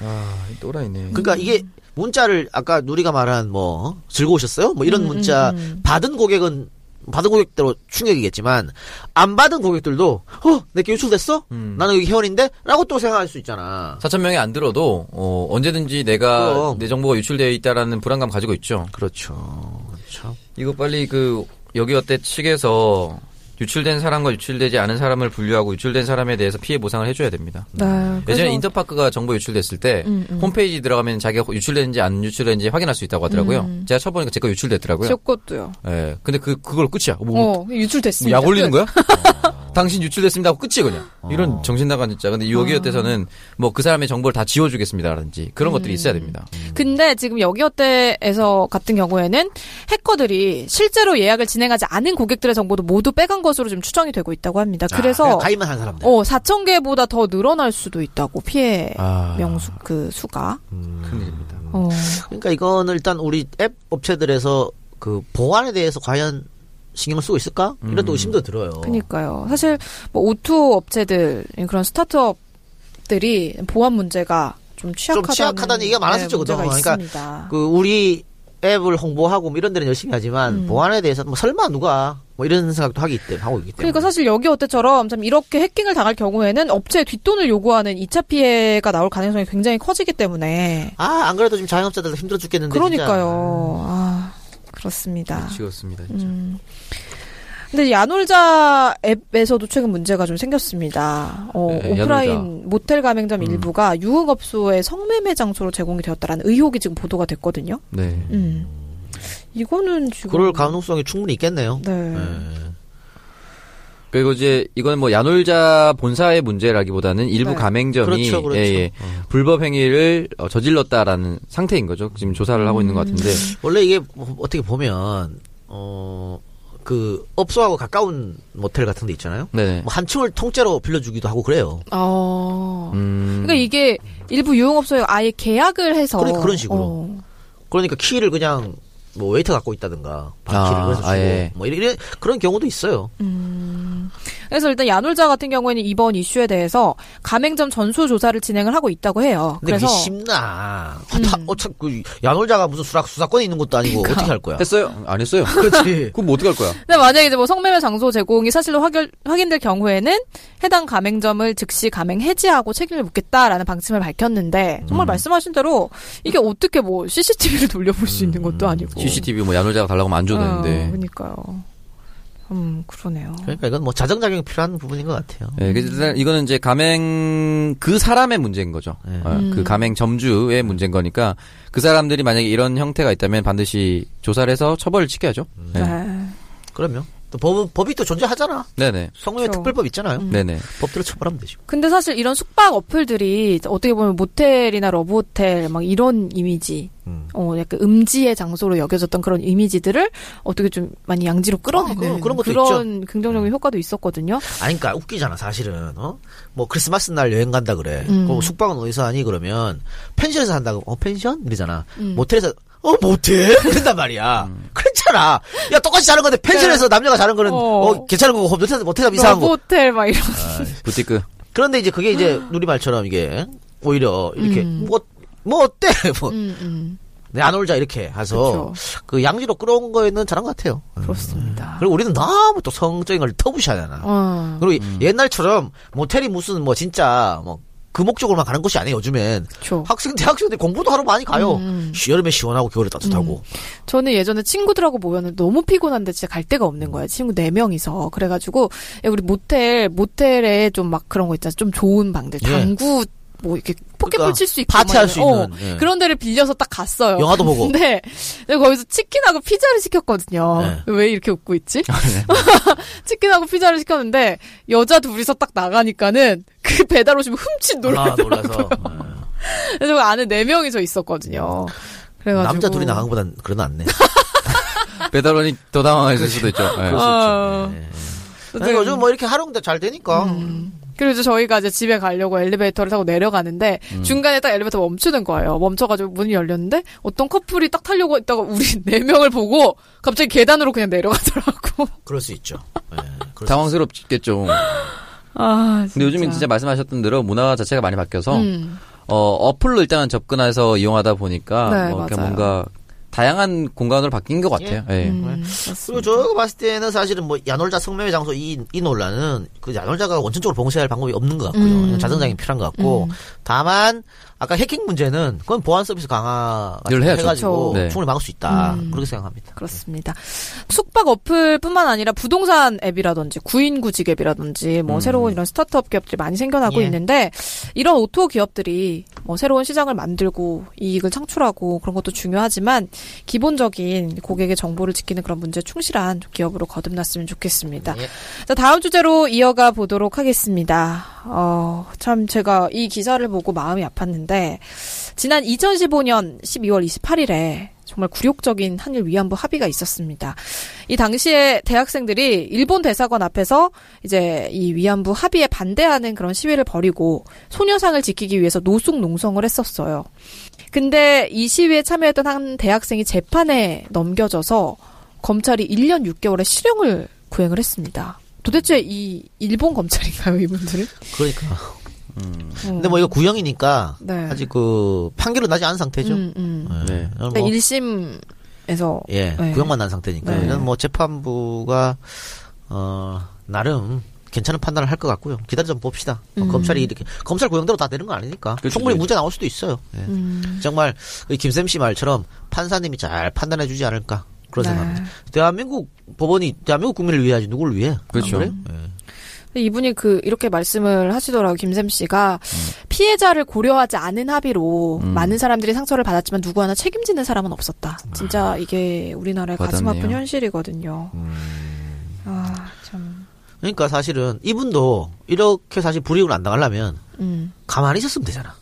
아, 이 또라이네.
그러니까 이게 문자를 아까 누리가 말한 뭐 즐거우셨어요? 뭐 이런 문자 받은 고객은 받은 고객대로 충격이겠지만 안 받은 고객들도 어 내게 유출됐어? 나는 여기 회원인데?라고 또 생각할 수 있잖아.
4천 명이 안 들어도 어, 언제든지 내가
그럼.
내 정보가 유출되어 있다라는 불안감 가지고 있죠.
그렇죠. 참.
이거 빨리 그 여기 어때 측에서 유출된 사람과 유출되지 않은 사람을 분류하고 유출된 사람에 대해서 피해 보상을 해줘야 됩니다.
네.
예전에
그래서- 음,
인터파크가 정보 유출됐을 때 홈페이지 들어가면 자기가 유출됐는지 안 유출됐는지 확인할 수 있다고 하더라고요.
음.
제가 쳐보니까 제 거 유출됐더라고요.
제 것도요.
예. 근근데 그 그걸 끝이야. 뭐,
어, 유출됐습니다.
약 올리는 거야? 어. 당신 유출됐습니다 하고 끝이 그냥. 이런 정신 나간 진짜. 근데
아.
여기 어때서는 뭐 그 사람의 정보를 다 지워주겠습니다라든지
음.
그런 것들이 있어야 됩니다.
근데 지금 여기어때에서 같은 경우에는 해커들이 실제로 예약을 진행하지 않은 고객들의 정보도 모두 빼간 것으로 지금 추정이 되고 있다고 합니다.
아,
그래서
그냥 가입만 한 사람들.
어 4천 개보다 더 늘어날 수도 있다고 피해
아. 음.
명수 그 수가.
큰일입니다.
어.
그러니까 이거는 일단 우리 앱 업체들에서 그 보안에 대해서 과연 신경을 쓰고 있을까? 이런
음.
또 의심도 들어요.
그니까요. 사실 뭐 오투 업체들 그런 스타트업들이 보안 문제가 좀 취약하다는, 네,
취약하다는 얘기가 많았었죠,
문제가
그동안. 그러니까
있습니다.
그 우리 앱을 홍보하고 뭐 이런 데는 열심히 하지만
음.
보안에 대해서 뭐 설마 누가 뭐 이런 생각도 하기 때문에 하고 있기 때문에
그러니까 사실 여기 어때처럼 참 이렇게 해킹을 당할 경우에는 업체에 뒷돈을 요구하는 2차 피해가 나올 가능성이 굉장히 커지기 때문에
아 안 그래도 지금 자영업자들 힘들어 죽겠는데 그렇죠.
그러니까요. 아, 그렇습니다.
지웠습니다. 진짜.
음. 근데 야놀자 앱에서도 최근 문제가 좀 생겼습니다. 어,
네,
오프라인
야놀자.
모텔 가맹점
음.
일부가 유흥업소의 성매매 장소로 제공이 되었다라는 의혹이 지금 보도가 됐거든요.
네.
음. 이거는
진짜.
지금
네. 그럴 가능성이 충분히 있겠네요.
네.
예.
그리고 이제 이건 뭐 야놀자 본사의 문제라기보다는 일부
네.
가맹점이
그렇죠, 그렇죠.
예, 예. 불법 행위를 어, 저질렀다라는 상태인 거죠. 지금 조사를 하고 있는 것
음.
같은데
원래 이게 뭐 어떻게 보면 어 그 업소하고 가까운 모텔 같은 데 있잖아요.
네네.
뭐 한 층을 통째로 빌려주기도 하고 그래요.
어.
음,
그러니까 이게 일부 유흥업소에 아예 계약을 해서
그래, 그런 식으로.
어.
그러니까 키를 그냥 뭐 웨이터 갖고 있다든가 방키를
아,
그래서 주고
아예.
뭐 이런 그런 경우도 있어요.
음, 그래서 일단 야놀자 같은 경우에는 이번 이슈에 대해서 가맹점 전수 조사를 진행을 하고 있다고 해요.
근데
그래서 음.
그게 쉽나? 어차 그 야놀자가 무슨 수락 수사권이 있는 것도 아니고
그러니까.
어떻게 할 거야?
했어요? 안 했어요?
그렇지.
그럼 뭐 어떻게 할 거야?
근데 만약에 이제 뭐 성매매 장소 제공이 사실로 확인, 확인될 경우에는 해당 가맹점을 즉시 가맹 해지하고 책임을 묻겠다라는 방침을 밝혔는데 정말
음.
말씀하신 대로 이게 어떻게 뭐 CCTV를 돌려볼 수 있는
음.
것도 아니고
CCTV 뭐 야놀자가 달라고 하면 안 줘도
어,
네,
되는데.
그러니까요. 음 그러네요.
그러니까 이건 뭐 자정작용이 필요한 부분인 것 같아요.
예, 그래서 일단 이거는 이제 가맹 그 사람의 문제인 거죠.
네.
어, 그 가맹 점주의 문제인 거니까 그 사람들이 만약에 이런 형태가 있다면 반드시 조사를 해서 처벌을 지켜야죠. 네.
네.
그럼요. 또 법, 법이 또 존재하잖아.
네네.
성매매
그렇죠.
특별법 있잖아요.
네네.
법대로 처벌하면 되죠.
근데 사실 이런 숙박 어플들이 어떻게 보면 모텔이나 러브호텔 막 이런 이미지,
음.
어 약간 음지의 장소로 여겨졌던 그런 이미지들을 어떻게 좀 많이 양지로 끌어내는
아, 네, 그런 것도 음.
그런 긍정적인 효과도 있었거든요.
아니, 그니까, 웃기잖아, 사실은, 어? 뭐, 크리스마스 날 여행 간다 그래. 그럼 숙박은 어디서 하니? 그러면, 펜션에서 한다고, 어, 펜션? 이러잖아. 모텔에서, 어, 모텔? 이런단 말이야. 그렇잖아. 야, 똑같이 자는 건데, 펜션에서 남녀가 자는 거는, 어,
어.
괜찮은 거고, 아. 모텔에서, 모텔에서 이상한 거.
러브호텔 막 이런.
부티크.
그런데 이제 그게 이제, 누리말처럼 이게, 오히려, 이렇게, 뭐, 뭐, 어때? 뭐,
음, 음.
내안 올자, 이렇게 해서, 그 양지로 끌어온 거에는 잘한 것 같아요.
그렇습니다.
그리고 우리는 너무 또 성적인 걸 터부시하잖아.
어,
음. 그리고 옛날처럼 모텔이 무슨 뭐 진짜 뭐 그 목적으로만 가는 곳이 아니에요 요즘엔
그렇죠.
학생 대학생들 공부도 하러 많이 가요
음.
시- 여름에 시원하고 겨울에 따뜻하고
저는 예전에 친구들하고 모였는데 너무 피곤한데 진짜 갈 데가 없는 거야. 친구 네명이서 그래가지고, 야, 우리 모텔, 모텔에 좀 막 그런 거 있잖아. 좀 좋은 방들.
예.
당구, 뭐 이렇게 포켓볼
그러니까
칠 수 있고.
파티할
막
수
이런- 어,
있는, 예.
그런 데를 빌려서 딱 갔어요.
영화도 보고.
근데 내가 거기서 치킨하고 피자를 시켰거든요.
예.
왜 이렇게 웃고 있지?
아, 네.
치킨하고 피자를 시켰는데 여자 둘이서 딱 나가니까는 그 배달 오시면 훔친
아,
놀라더라고요.
놀라서 예.
그래서 그 안에 네명이서 있었거든요. 그래가지고
음.
아.
남자 둘이 나간 것보단 그래도 낫네
배달원이 더 당황했을 수도 있죠. 예.
어.
근데 요즘 뭐 이렇게 하루인데 잘 되니까
그리고 이제 저희가 이제 집에 가려고 엘리베이터를 타고 내려가는데
음.
중간에 딱 엘리베이터 멈추는 거예요. 멈춰가지고 문이 열렸는데 어떤 커플이 딱 타려고 했다가 우리 네 명을 보고 갑자기 계단으로 그냥 내려가더라고.
그럴 수 있죠 예, 그럴 수
당황스럽겠죠.
아,
근데 요즘엔 진짜 말씀하셨던 대로 문화 자체가 많이 바뀌어서
음.
어, 어플로 일단 접근해서 이용하다 보니까
네,
뭐 이렇게
맞아요.
뭔가 다양한 공간으로 바뀐 것 같아요. 예.
음,
그리고 저거 봤을 때는 사실은 뭐 야놀자 성매매 장소 이, 이 논란은 그 야놀자가 원천적으로 봉쇄할 방법이 없는 것 같고요.
음.
자정장이 필요한 것 같고 다만 아까 해킹 문제는 그건 보안 서비스 강화
늘 해야죠.
해가지고
그쵸. 네.
충분히 막을 수 있다
음.
그렇게 생각합니다.
그렇습니다. 숙박 어플뿐만 아니라 부동산 앱이라든지 구인 구직 앱이라든지 뭐 새로운 이런 스타트업 기업들이 많이 생겨나고
음. 예.
있는데 이런 오토 기업들이 뭐 새로운 시장을 만들고 이익을 창출하고 그런 것도 중요하지만 기본적인 고객의 정보를 지키는 그런 문제에 충실한 기업으로 거듭났으면 좋겠습니다.
예.
자, 다음 주제로 이어가 보도록 하겠습니다. 어, 참 제가 이 기사를 보고 마음이 아팠는데 지난 2015년 12월 28일에 정말 굴욕적인 한일 위안부 합의가 있었습니다. 이 당시에 대학생들이 일본 대사관 앞에서 이제 이 위안부 합의에 반대하는 그런 시위를 벌이고 소녀상을 지키기 위해서 노숙 농성을 했었어요. 근데 이 시위에 참여했던 한 대학생이 재판에 넘겨져서 검찰이 1년 6개월의 실형을 구행을 했습니다. 도대체 이 일본 검찰인가요, 이분들은?
그러니까
음.
근데 뭐 이거 구형이니까
네.
아직 그 판결은 나지 않은 상태죠.
음, 음.
예.
네.
그럼
근데
뭐,
1심에서
예
네.
구형만 난 상태니까
네.
이건 뭐 재판부가 어 나름 괜찮은 판단을 할 것 같고요. 기다려 좀 봅시다. 어,
음.
검찰이 이렇게 검찰 구형대로 다 되는 건 아니니까
그렇죠,
충분히
그렇죠.
무죄 나올 수도 있어요. 예.
음.
정말 이 김쌤 씨 말처럼 판사님이 잘 판단해주지 않을까 그런
네.
생각합니다. 대한민국 법원이 대한민국 국민을 위하지 누구를 위해?
그렇죠.
안 그래요? 예.
근데 이분이 그 이렇게 말씀을 하시더라고 요 김샘 씨가
음.
피해자를 고려하지 않은 합의로 많은 사람들이 상처를 받았지만 누구 하나 책임지는 사람은 없었다.
아.
진짜 이게 우리나라의 가슴 아픈
와닿네요.
음.
현실이거든요. 아 참.
그러니까 사실은 이분도 이렇게 사실 불이익을 안 당하려면
음.
가만히 있었으면 되잖아.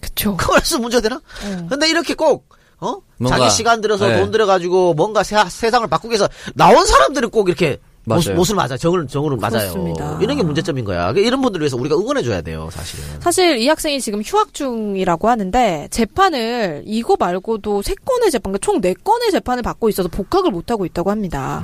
그쵸.
그걸 해서 문제가 되나? 근데 이렇게 꼭, 어?
뭔가,
자기 시간 들여서
네.
돈 들여가지고 뭔가 세, 상을 바꾸기 위해서 나온 사람들은 꼭 이렇게 못,
맞아요.
못을 맞아. 정을, 정으로 맞아요.
그렇습니다.
이런 게 문제점인 거야. 그러니까 이런 분들을 위해서 우리가 응원해줘야 돼요, 사실은.
사실 이 학생이 지금 휴학 중이라고 하는데 재판을 이거 말고도 세 건의 재판, 그러니까 총 네 건의 재판을 받고 있어서 복학을 못 하고 있다고 합니다.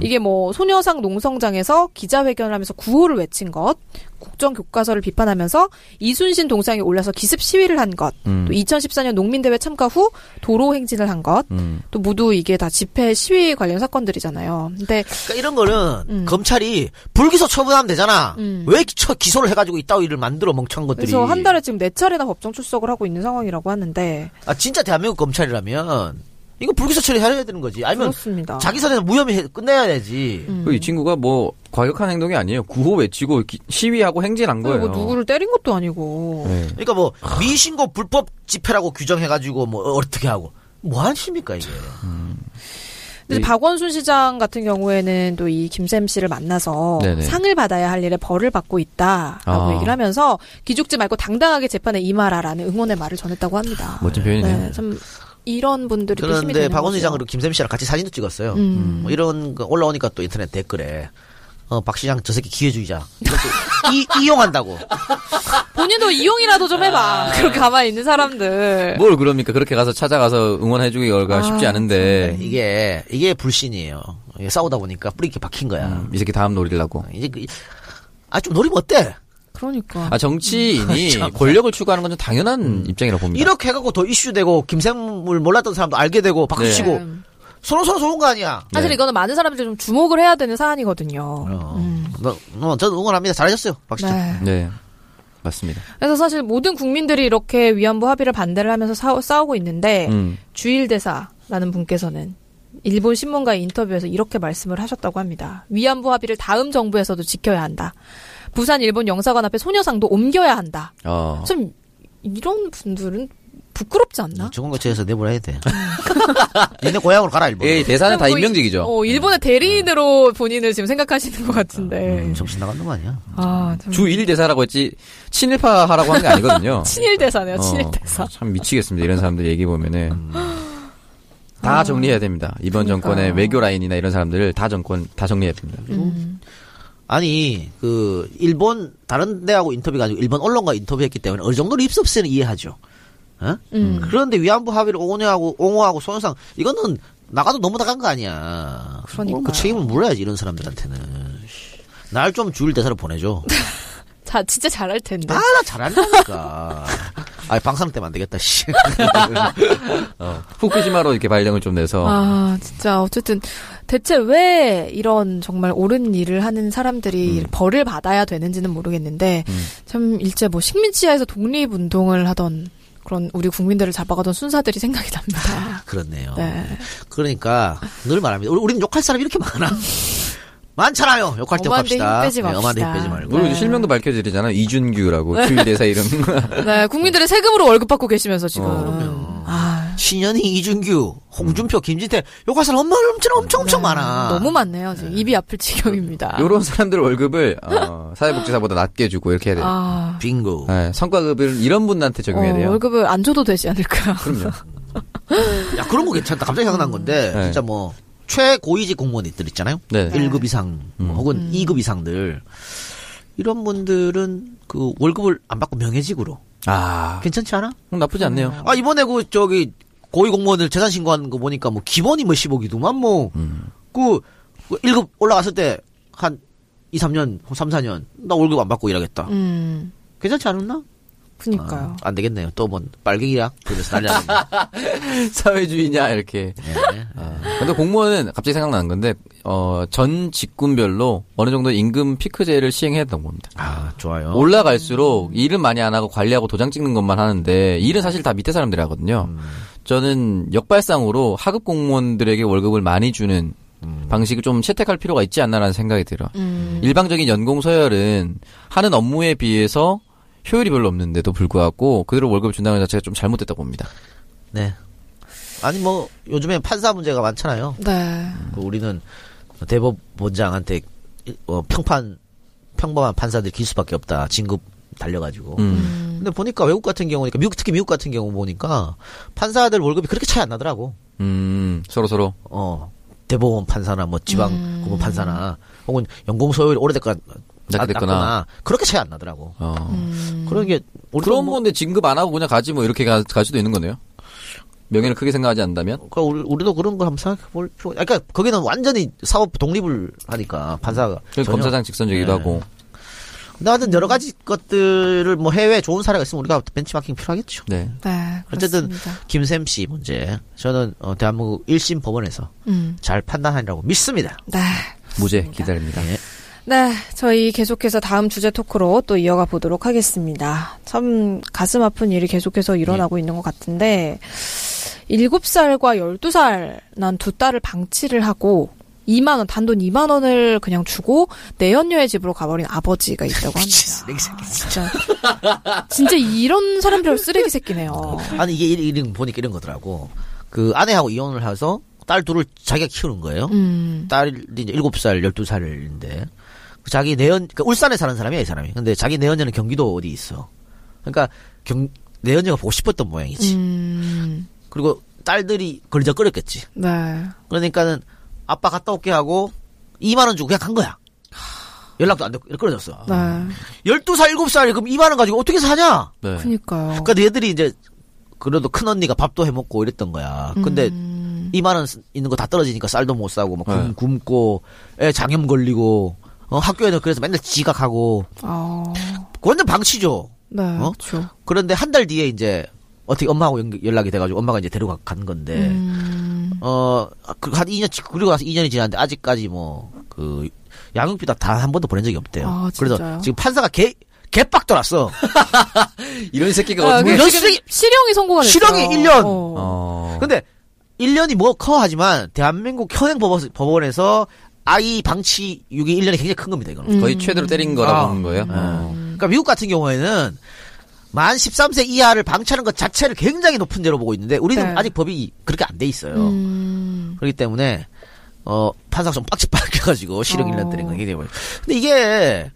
이게 뭐 소녀상 농성장에서 기자회견을 하면서 구호를 외친 것, 국정 교과서를 비판하면서 이순신 동상에 올라서 기습 시위를 한 것,
음.
또 2014년 농민대회 참가 후 도로 행진을 한 것,
음.
또 모두 이게 다 집회 시위 관련 사건들이잖아요. 근데
그러니까 이런 거는
음.
검찰이 불기소 처분하면 되잖아.
음.
왜 기- 처- 기소를 해가지고 이따위 일을 만들어 멍청한 것들이.
그래서 한 달에 지금 네 차례나 법정 출석을 하고 있는 상황이라고 하는데
아, 진짜 대한민국 검찰이라면 이거 불기소 처리해야 되는 거지. 아니면
그렇습니다.
자기 선에서 무혐의 해- 끝내야지.
그이 친구가 뭐 과격한 행동이 아니에요. 구호 외치고 기- 시위하고 행진한 거예요.
그리고 네, 뭐 누구를 때린 것도 아니고
네.
그러니까 뭐 미신고 불법 집회라고 규정해가지고 뭐 어- 어떻게 하고 뭐 하십니까 이게
근데
이-
박원순 시장 같은 경우에는 또 이 김샘 씨를 만나서
네네.
상을 받아야 할 일에 벌을 받고 있다라고
아.
얘기를 하면서 기죽지 말고 당당하게 재판에 임하라라는 응원의 말을 전했다고 합니다.
멋진 표현이네요.
네, 참 이런 분들이 또 힘이
그런데
되는
박원순 시장
거죠.
그리고 김샘 씨랑 같이 사진도 찍었어요.
음.
뭐 이런 거 올라오니까 또 인터넷 댓글에 어, 박 시장 저 새끼 기회주의자 이것도 이, 이용한다고
본인도 이용이라도 좀
아.
해봐. 그렇게 가만히 있는 사람들.
예. 뭘 그럽니까? 그렇게 가서 찾아가서 응원해주기 얼가 쉽지 않은데
네,
음,
이게 이게 불신이에요. 이게 싸우다 보니까 뿌리 이렇게 박힌 거야.
음, 이 새끼 다음 노리려고.
이제 그, 아좀 노리면 어때?
그러니까.
아
음.
정치인이 권력을 추구하는 건 좀 당연한 입장이라고 봅니다.
이렇게 해갖고 더 이슈되고 김샘을 몰랐던 사람도 알게 되고 박수치고 서로 서로 좋은 거 아니야.
사실
네.
이거는 많은 사람들이 좀 주목을 해야 되는 사안이거든요.
아,
어, 너, 너, 저는 응원합니다. 잘하셨어요, 박 시장.
음. 네.
네 맞습니다.
그래서 사실 모든 국민들이 이렇게 위안부 합의를 반대를 하면서 사- 싸우고 있는데
음.
주일 대사라는 분께서는 일본 신문과의 인터뷰에서 이렇게 말씀을 하셨다고 합니다. 위안부 합의를 다음 정부에서도 지켜야 한다. 부산 일본 영사관 앞에 소녀상도 옮겨야 한다.
어.
좀 이런 분들은 부끄럽지 않나?
그렇죠.
음.
좋은 거 찾아서 내보라 뭐 해야 돼. 얘네 고향으로 가라 일본.
예, 대사는 다
그리고 이-
임명직이죠. 네.
어, 일본의 대리인으로 본인을 지금 생각하시는 것 같은데.
음, 정신 나간 놈 아니야?
아, 참.
아, 음, 주일 대사라고 했지 친일파 하라고 한 게 아니거든요.
친일 대사네요,
어,
친일 대사.
참 미치겠습니다. 이런 사람들 얘기 보면은 다 정리해야 됩니다. 이번 정권의 외교 라인이나 이런 사람들을 다 정권 다 정리해야 됩니다.
음.
아니 그 일본 다른 데하고 인터뷰가 아니고 일본 언론과 인터뷰했기 때문에 어느 정도로 입섭세는 이해하죠. 어?
음.
그런데 위안부 합의를 옹호하고 옹호하고 소영상 이거는 나가도 너무 나간 거 아니야.
그러니까요.
그 책임을 물어야지 이런 사람들한테는. 날 좀 주일 대사로 보내줘.
자, 진짜 잘할 텐데.
아 나 잘한다니까. 아 방송 때면 안 되겠다. 씨.
후쿠시마로 이렇게 발령을 좀 내서
아, 진짜 어쨌든 대체 왜 이런 정말 옳은 일을 하는
음.
사람들이 벌을 받아야 되는지는 모르겠는데 참 일제 뭐 식민지하에서 독립 운동을 하던 그런 우리 국민들을 잡아가던 순사들이 생각이 납니다.
아, 그렇네요.
네.
그러니까 늘 말합니다. 우리, 우리는 욕할 사람이 이렇게 많아. 많잖아요. 욕할 때
엄한데
욕합시다.
힘 빼지
네, 엄한데 힘
맙시다.
빼지 말고.
그리고 이제 실명도 밝혀지잖아. 이준규라고 주일 대사 이름.
네, 국민들의 세금으로 월급 받고 계시면서 지금
어,
아
신현희, 이준규, 홍준표, 김진태 욕할 사람 엄청 엄청 엄청, 엄청 많아.
네. 너무 많네요. 지금 입이 아플 지경입니다.
요런 사람들 월급을 어, 사회복지사보다 낮게 주고 이렇게 해야 돼요.
아,
빙고.
네, 성과급을 이런 분한테 적용해야
어,
돼요.
월급을 안 줘도 되지 않을까.
야 그런 거 괜찮다. 갑자기 생각난 건데
네.
진짜 뭐 최고위직 공무원들 있잖아요.
네.
1급 이상 뭐
음.
혹은 이 2급 이상들 이런 분들은 그 월급을 안 받고 명예직으로
아,
괜찮지 않아?
그럼 나쁘지 않네요.
아 이번에 그 저기 고위 공무원들 재산 신고하는 거 보니까 뭐 기본이 뭐 10억이더만 뭐그 그 1급 올라갔을 때 한 2, 3년, 3, 4년 나 월급 안 받고 일하겠다.
음,
괜찮지 않았나?
그니까요.
아, 안 되겠네요. 또 뭐 빨갱이야. 그래서 난리 났네. 네.
사회주의냐 이렇게. 아, 근데 공무원은 갑자기 생각나는 건데 어, 전 직군별로 어느 정도 임금 피크제를 시행했던 겁니다.
아, 좋아요.
올라갈수록 일은 많이 안 하고 관리하고 도장 찍는 것만 하는데 일은 사실 다 밑에 사람들이 하거든요. 저는 역발상으로 하급 공무원들에게 월급을 많이 주는 방식을 좀 채택할 필요가 있지 않나라는 생각이 들어. 일방적인 연공 서열은 하는 업무에 비해서 효율이 별로 없는데도 불구하고 그대로 월급을 준다는 것 자체가 좀 잘못됐다고 봅니다.
네. 아니 뭐 요즘에 판사 문제가 많잖아요.
네.
그 우리는 대법원장한테 일- 어, 평판 평범한 판사들이 길 수밖에 없다. 진급 달려가지고.
음.
근데 보니까 외국 같은 경우니까 미국 특히 미국 같은 경우 보니까 판사들 월급이 그렇게 차이 안 나더라고.
음. 서로 서로.
어 대법원 판사나 뭐 지방 법원 판사나 혹은 연공 소요일 오래됐거나
낮게 됐거나.
낮거나 그렇게 차이 안 나더라고.
어.
음.
그런 게 우리도
그런
뭐-
건데 진급 안 하고 그냥 가지 뭐 이렇게 가, 갈 수도 있는 거네요. 명예를 크게 생각하지 않는다면.
그러니까 우리, 우리도 그런 걸 한번 생각해 볼 필요. 그러니까 거기는 완전히 사법 독립을 하니까 판사가
그
전혀.
검사장 직선제기도
네.
하고.
근데 하여튼 여러 가지 것들을 뭐 해외 좋은 사례가 있으면 우리가 벤치마킹 필요하겠죠.
네.
네,
어쨌든
그렇습니다.
김샘 씨 문제 저는 어, 대한민국 1심 법원에서
음.
잘 판단하리라고 믿습니다.
네.
무죄 기다립니다.
네, 저희 계속해서 다음 주제 토크로 또 이어가 보도록 하겠습니다. 참 가슴 아픈 일이 계속해서 일어나고 있는 것 같은데 7살과 12살 난 두 딸을 방치를 하고 2만 원 단돈 2만 원을 그냥 주고 내연녀의 집으로 가버린 아버지가 있다고 합니다. 아, 진짜 진짜 이런 사람들 쓰레기 새끼네요.
아니 이게 일- 이런 보니까 이런 거더라고. 그 아내하고 이혼을 해서 딸 둘을 자기가 키우는 거예요.
음.
딸이 이제 7살, 12살인데 자기 내연 그러니까 울산에 사는 사람이야, 이 사람이. 근데 자기 내연녀는 경기도 어디 있어. 그러니까 경 내연녀가 보고 싶었던 모양이지.
음.
그리고 딸들이 걸적거렸겠지.
네.
그러니까는 아빠 갔다 올게 하고 2만 원 주고 그냥 간 거야. 연락도 안 되고 끌어졌어.
네.
12살, 7살 그럼 2만 원 가지고 어떻게 사냐?
네.
그니까요.
그러니까 얘들이 이제 그래도 큰 언니가 밥도 해 먹고 이랬던 거야. 근데
음.
2만 원 쓰- 있는 거 다 떨어지니까 쌀도 못 사고 막 굶,
네.
굶고 애 장염 걸리고 어, 학교에는 그래서 맨날 지각하고
어.
완전 방치죠.
네.
어?
그렇죠.
그런데 한 달 뒤에 이제 어떻게 엄마하고 연- 연락이 돼가지고 엄마가 이제 데려가 간 건데
음.
어한 2년 지- 그리고 나서 2년이 지났는데 아직까지 뭐 그 양육비 다 한 번도 보낸 적이 없대요.
아, 진짜요?
그래서 지금 판사가 개 개빡 돌았어.
이런 새끼가
아,
어떻게
그
뭐
지금
연수생이-
실형이 선고가 됐어요.
실형이 일 년!
어.
어.
근데 1년이 뭐 커 하지만 대한민국 현행 법원- 법원에서 아이 방치육이 1년이 굉장히 큰 겁니다, 이거는.
거의 최대로 때린 거라고
그 아.
보는 거예요.
음.
어.
그러니까 미국 같은 경우에는 만 13세 이하를 방치하는 것 자체를 굉장히 높은 죄로 보고 있는데 우리는
네.
아직 법이 그렇게 안 돼 있어요.
음.
그렇기 때문에 어 판사가 좀 빡빡해가지고 실형
어.
1년 때린 거 굉장히 많이. 근데 이게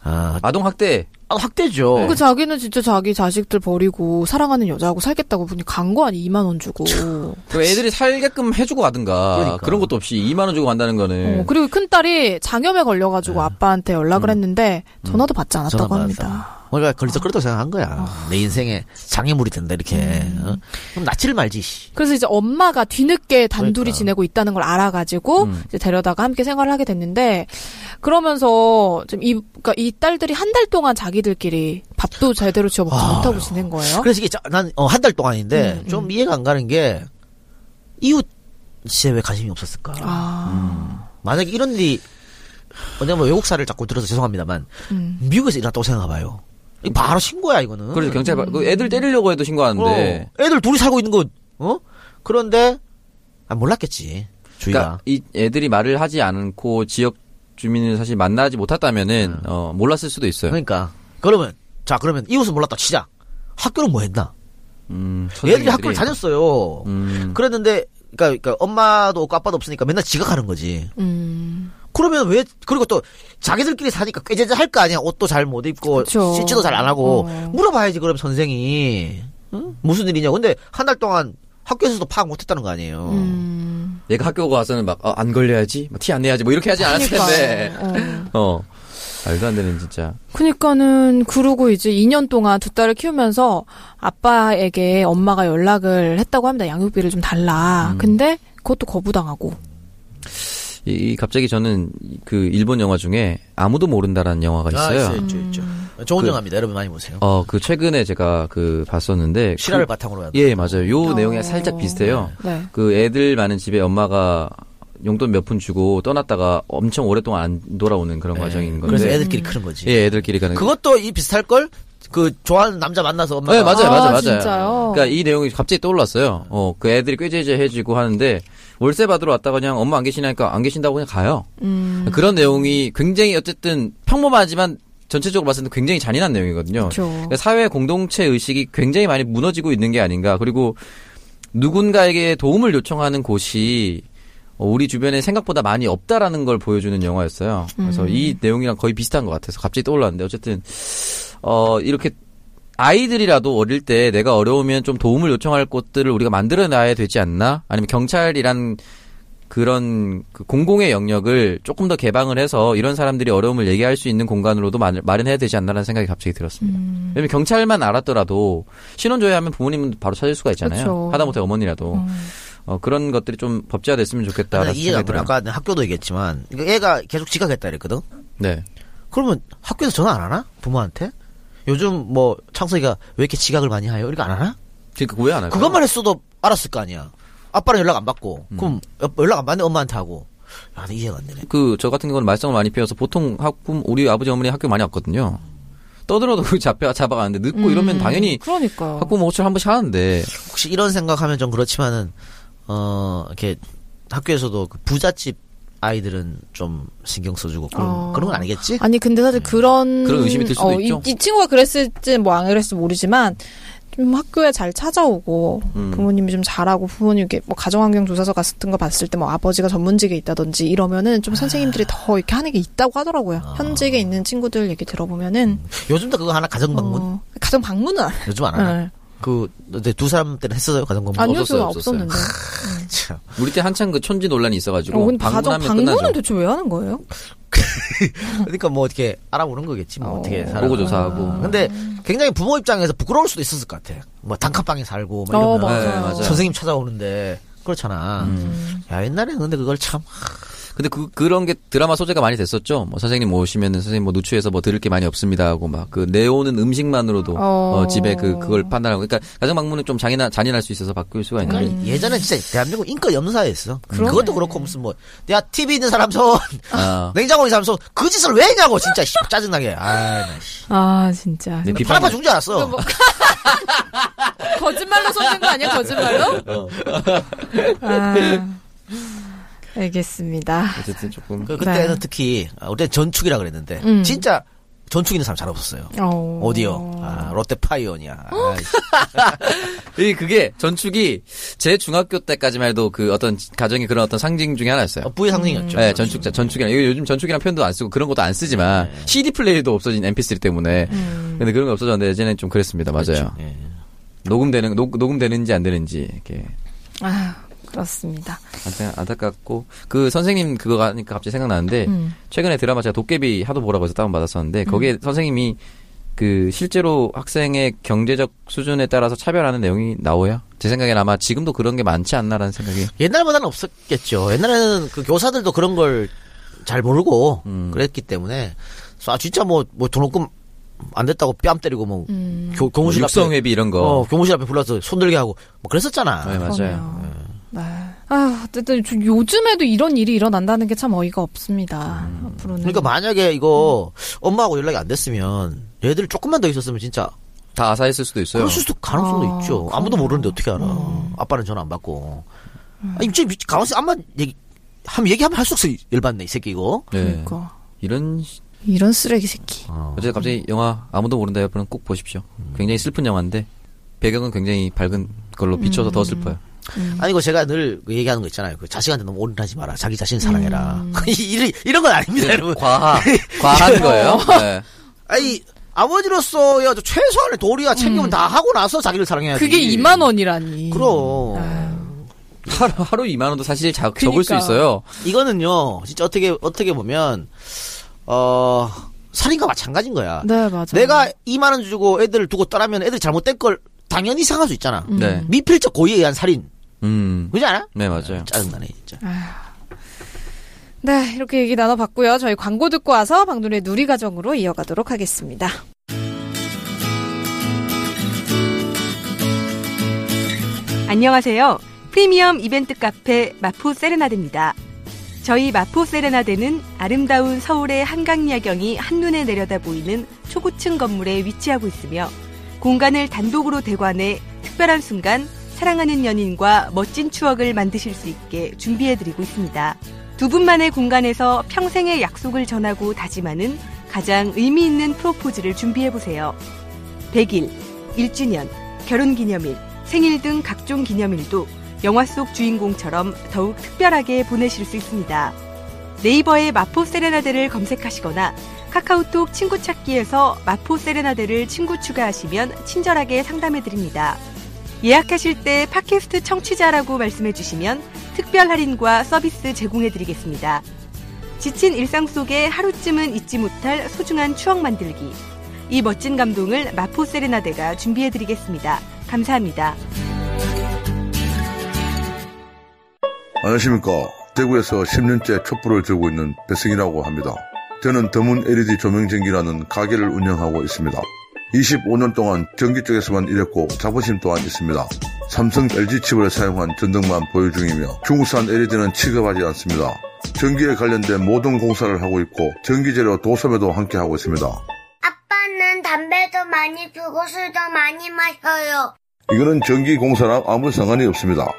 아,
아동 학대.
아, 학대죠.
그 자기는 진짜 자기 자식들 버리고 사랑하는 여자하고 살겠다고 보니 광고 한 2만 원 주고.
그 애들이 살게끔 해주고 가든가
그러니까.
그런 것도 없이 2만 원 주고 간다는 거는
네.
어, 그리고 큰 딸이 장염에 걸려가지고 아빠한테 연락을 했는데 전화도 받지
음. 전화
않았다고
받았다.
합니다.
우리가 걸리서 그렇다고 생각한
아.
거야. 내 인생에 장애물이 된다 이렇게.
음.
어? 그럼 낯을 말지. 씨.
그래서 이제 엄마가 뒤늦게 단둘이
그러니까.
지내고 있다는 걸 알아가지고
음.
이제 데려다가 함께 생활을 하게 됐는데 그러면서 좀이 그러니까 이 딸들이 한 달 동안 자기들끼리 밥도 제대로 지어먹지 못하고 지낸
어?
거예요.
아. 그래서 이게 난한 달
음,
동안인데 좀 이해가 안 가는 게 이웃에 왜 관심이 없었을까. 음.
아,
만약에 이런 일이 왜냐면 외국사를 자꾸 들어서 죄송합니다만
음.
미국에서 일어났다고 생각해봐요. 이거 바로 신고야 이거는.
그렇죠. 그래서 경찰 그 애들 때리려고 해도 신고하는데
음. 어, 애들 둘이 살고 있는 거 어? 그런데 아, 몰랐겠지.
그러니까
주의가.
이 애들이 말을 하지 않고 지역 주민을 사실 만나지 못했다면은 어, 몰랐을 수도 있어요.
음. 그러니까. 그러면자 그러면 이웃은 몰랐다 치자. 학교는 뭐 했나?
음,
애들이
선생님들이-
학교를 다녔어요.
음,
그랬는데 그러니까, 그러니까 엄마도 없고 아빠도 없으니까 맨날 지각하는 거지.
음,
그러면 왜 그리고 또 자기들끼리 사니까 꾀제제 할 거 아니야. 옷도 잘 못 입고
그쵸.
씻지도 잘 안 하고
어.
물어봐야지 그럼 선생이 응? 무슨 일이냐. 근데 한 달 동안 학교에서도 파악 못했다는 거 아니에요.
음.
얘가 학교 가서는 막 어, 안 걸려야지, 티 안 내야지, 뭐 이렇게 하지 않았을 텐데.
어.
어, 말도 안 되는 진짜.
그니까는 그러고 이제 2년 동안 두 딸을 키우면서 아빠에게 엄마가 연락을 했다고 합니다. 양육비를 좀
음.
달라. 근데 그것도 거부당하고.
이, 이 갑자기 저는 이- 그 일본 영화 중에 아무도 모른다라는 영화가 있어요.
음.
그
있죠, 있죠. 좋은 영화입니다. 여러분 많이 보세요.
어, 그 최근에 제가 그 봤었는데.
실화를
그,
바탕으로 해야 돼.
예, 맞아요. 요
어.
내용이 살짝 비슷해요.
네.
그 애들 많은 집에 엄마가 용돈 몇 푼 주고 떠났다가 엄청 오랫동안 안 돌아오는 그런 과정인
네.
건데.
그래서 애들끼리 크는 거지.
예, 애들끼리 가는.
그것도 이 비슷할 걸 그 좋아하는 남자 만나서 엄마가
네, 맞아요,
아,
맞아요, 맞아요.
진짜요?
그러니까 이 내용이 갑자기 떠올랐어요. 어, 그 애들이 꾀죄죄 해주고 하는데 월세 받으러 왔다가 그냥 엄마 안 계시니까 안 계신다고 그냥 가요.
음.
그런 내용이 굉장히 어쨌든 평범하지만 전체적으로 봤을 때 굉장히 잔인한 내용이거든요.
그쵸.
그러니까 사회 공동체 의식이 굉장히 많이 무너지고 있는 게 아닌가. 그리고 누군가에게 도움을 요청하는 곳이 어, 우리 주변에 생각보다 많이 없다라는 걸 보여주는 영화였어요. 그래서
음.
이 내용이랑 거의 비슷한 것 같아서 갑자기 떠올랐는데 어쨌든 어 이렇게 아이들이라도 어릴 때 내가 어려우면 좀 도움을 요청할 곳들을 우리가 만들어 놔야 되지 않나? 아니면 경찰이란 그런 그 공공의 영역을 조금 더 개방을 해서 이런 사람들이 어려움을 얘기할 수 있는 공간으로도 마- 마련해야 되지 않나라는 생각이 갑자기 들었습니다.
음.
왜냐면 경찰만 알았더라도 신원조회하면 부모님은 바로 찾을 수가 있잖아요.
그쵸. 음.
하다못해 어머니라도 어, 그런 것들이 좀 법제화됐으면
나는
좋겠다라는
이해가
생각이
안 돼.
들어요.
아까 학교도 얘기했지만 이거 애가 계속 지각했다 그랬거든.
네.
그러면 학교에서 전화 안 하나? 부모한테? 요즘 뭐 창석이가 왜 이렇게 지각을 많이 해요? 이렇게 안 하나?
그러니까 왜안 할까요?
그것만 했어도 알았을 거 아니야. 아빠랑 연락 안 받고 그럼 여- 연락 안 받는 엄마한테 하고. 야, 나 이해가 안 되네.
그 저 같은 경우는 말썽을 많이 피워서 보통 학부 우리 아버지 어머니 학교 많이 왔거든요. 떠들어도 잡혀 잡아가는데 늦고 이러면 당연히
그러니까.
학부모 호출 한 번씩 하는데
혹시 이런 생각하면 좀 그렇지만은 어 이렇게 학교에서도 그 부잣집 아이들은 좀 신경 써주고 그런
어.
그런 건 아니겠지?
아니 근데 사실 그런
그런 의심이 들 수도
어, 이-
있죠.
이, 친구가 그랬을지 뭐 안 그랬을지 모르지만 좀 학교에 잘 찾아오고
음.
부모님이 좀 잘하고 부모님 이렇게 뭐 가정환경 조사서 같은 거 봤을 때 뭐 아버지가 전문직에 있다든지 이러면은
아.
좀 선생님들이 더 이렇게 하는 게 있다고 하더라고요. 현직에 있는 친구들 얘기 들어보면은
요즘도 그거 하나 가정 방문
어, 가정 방문은 안 해요.
요즘 안 하나? 그 이제 두 사람 때는 했었어요 가정 방문.
아니요,
없었어요,
저
없었어요.
네. 없었는데.
참.
우리 때 한창 그 촌지 논란이 있어가지고
어, 근데 가정
방문하면
방문은
끝나죠.
대체 왜 하는 거예요?
그러니까 뭐 어떻게 알아보는 거겠지 뭐
어.
어... 떻게 아.
보고 조사하고.
근데 굉장히 부모 입장에서 부끄러울 수도 있었을 것 같아. 뭐 단칸방에 살고 막
어,
이러면
네,
맞아요.
맞아요.
선생님 찾아오는데 그렇잖아.
음.
야 옛날에 근데 그걸 참
근데 그 그런 게 드라마 소재가 많이 됐었죠. 뭐 선생님 오시면은 선생님 뭐 누추해서 뭐 들을 게 많이 없습니다 하고 막 그 내오는 음식만으로도
어.
어, 집에 그 그걸 판단하고 그러니까 가정 방문은 좀 잔인한 잔인할 수 있어서 바뀔 수가 있는
음.
데
그 예전에 진짜 대한민국 인권 없는 사회였어.
그러네.
그것도 그렇고 무슨 뭐야 TV 있는 사람 손
음.
아.
냉장고 있는 사람 손 그 짓을 왜 했냐고 진짜 씨, 짜증나게. 아나 씨.
아 진짜
네,
팔 아파
비판
죽는 줄 알았어.
뭐- 거짓말로 쏘는 거 아니야? 거짓말로? 아, 알겠습니다.
어쨌든 조금
그, 때는
네. 음.
특히 아, 우리 때 전축이라 그랬는데 진짜 전축 있는 사람 잘 없었어요.
어.
어디요? 아, 롯데파이오니아. 아이씨.
이 그게 전축이 제 중학교 때까지만 해도 그 어떤 가정의 그런 어떤 상징 중에 하나였어요.
어, 부의 상징이었죠.
네, 전축, 전축이랑, 이거 요즘 전축이랑 표현도 안 쓰고 그런 것도 안 쓰지만, CD 플레이도 없어진 MP3 때문에. 근데 그런 게 없어졌는데 예전엔 좀 음. 그랬습니다. 맞아요.
예.
녹음되는, 녹, 녹음되는지 안 되는지, 이렇게.
아 그렇습니다.
안타- 안타깝고, 그 선생님 그거 하니까 갑자기 생각나는데, 최근에 드라마 제가 도깨비 하도 보라고 해서 다운받았었는데, 거기에 선생님이 그 실제로 학생의 경제적 수준에 따라서 차별하는 내용이 나오요? 제 생각엔 아마 지금도 그런 게 많지 않나라는 생각이
옛날보다는 없었겠죠. 옛날에는 그 교사들도 그런 걸 잘 모르고
음.
그랬기 때문에 아 진짜 뭐뭐 돈없고 안 됐다고 뺨 때리고 뭐 교,
뭐
교무실 앞에
육성회비 이런 거.
어, 교무실 앞에 불러서 손들게 하고 뭐 그랬었잖아.
네, 맞아요.
그러네요. 네. 아, 어쨌든 저 요즘에도 이런 일이 일어난다는 게 참 어이가 없습니다.
음.
앞으로는.
그러니까 만약에 이거 엄마하고 연락이 안 됐으면 얘들 조금만 더 있었으면 진짜
다 아사했을 수도 있어요.
그럴 수도 가능성도
아,
있죠. 아무도 모르는데 어떻게 알아? 아빠는 전화 안 받고. 아, 이제 미- 가만히 있어. 아마 얘기 하면 얘기하면 할수록 열받네 이 새끼 이거.
네.
그러니까.
이런 시-
이런 쓰레기 새끼.
어제 갑자기 영화 아무도 모른다 여러분 꼭 보십시오. 굉장히 슬픈 영화인데 배경은 굉장히 밝은 걸로 비춰서 더 슬퍼요.
아니 이거 제가 늘그 얘기하는 거 있잖아요. 그 자식한테 너무 올인하지 마라. 자기 자신 사랑해라.
음.
이런 이런 건 아닙니다,
음.
여러분.
네, 과하 과한 거예요. 네.
아니 아버지로서 야, 저 최소한의 도리와 책임은 다 하고 나서 자기를 사랑해야지.
음. 그게
예.
2만 원이라니.
그럼.
하루 하루 2만 원도 사실 자- 적을 수
그러니까.
있어요.
이거는요, 진짜 어떻게, 어떻게 보면, 어, 살인과 마찬가지인 거야.
네, 맞아요.
내가 2만원 주고 애들을 두고 떠나면 애들 잘못된 걸 당연히 생각할 수 있잖아.
음.
네.
미필적 고의에 의한 살인.
음.
그지 않아?
네 맞아요.
짜증나네, 진짜.
네, 이렇게 얘기 나눠봤고요. 저희 광고 듣고 와서 방돌의 누리과정으로 이어가도록 하겠습니다.
안녕하세요. 프리미엄 이벤트 카페 마포 세레나데입니다. 저희 마포 세레나데는 아름다운 서울의 한강 야경이 한눈에 내려다 보이는 초고층 건물에 위치하고 있으며 공간을 단독으로 대관해 특별한 순간 사랑하는 연인과 멋진 추억을 만드실 수 있게 준비해드리고 있습니다. 두 분만의 공간에서 평생의 약속을 전하고 다짐하는 가장 의미 있는 프로포즈를 준비해보세요. 100일, 1주년, 결혼 기념일, 생일 등 각종 기념일도 영화 속 주인공처럼 더욱 특별하게 보내실 수 있습니다. 네이버에 마포 세레나데를 검색하시거나 카카오톡 친구 찾기에서 마포 세레나데를 친구 추가하시면 친절하게 상담해 드립니다. 예약하실 때 팟캐스트 청취자라고 말씀해 주시면 특별 할인과 서비스 제공해 드리겠습니다. 지친 일상 속에 하루쯤은 잊지 못할 소중한 추억 만들기. 이 멋진 감동을 마포 세레나데가 준비해 드리겠습니다. 감사합니다.
안녕하십니까. 대구에서 10년째 촛불을 들고 있는 배승이라고 합니다. 저는 드문 LED 조명전기라는 가게를 운영하고 있습니다. 25년 동안 전기 쪽에서만 일했고 자부심 또한 있습니다. 삼성 LG 칩을 사용한 전등만 보유 중이며 중국산 LED는 취급하지 않습니다. 전기에 관련된 모든 공사를 하고 있고 전기재료 도소매도 함께 하고 있습니다.
아빠는 담배도 많이 피고 술도 많이 마셔요.
이거는 전기 공사랑 아무 상관이 없습니다.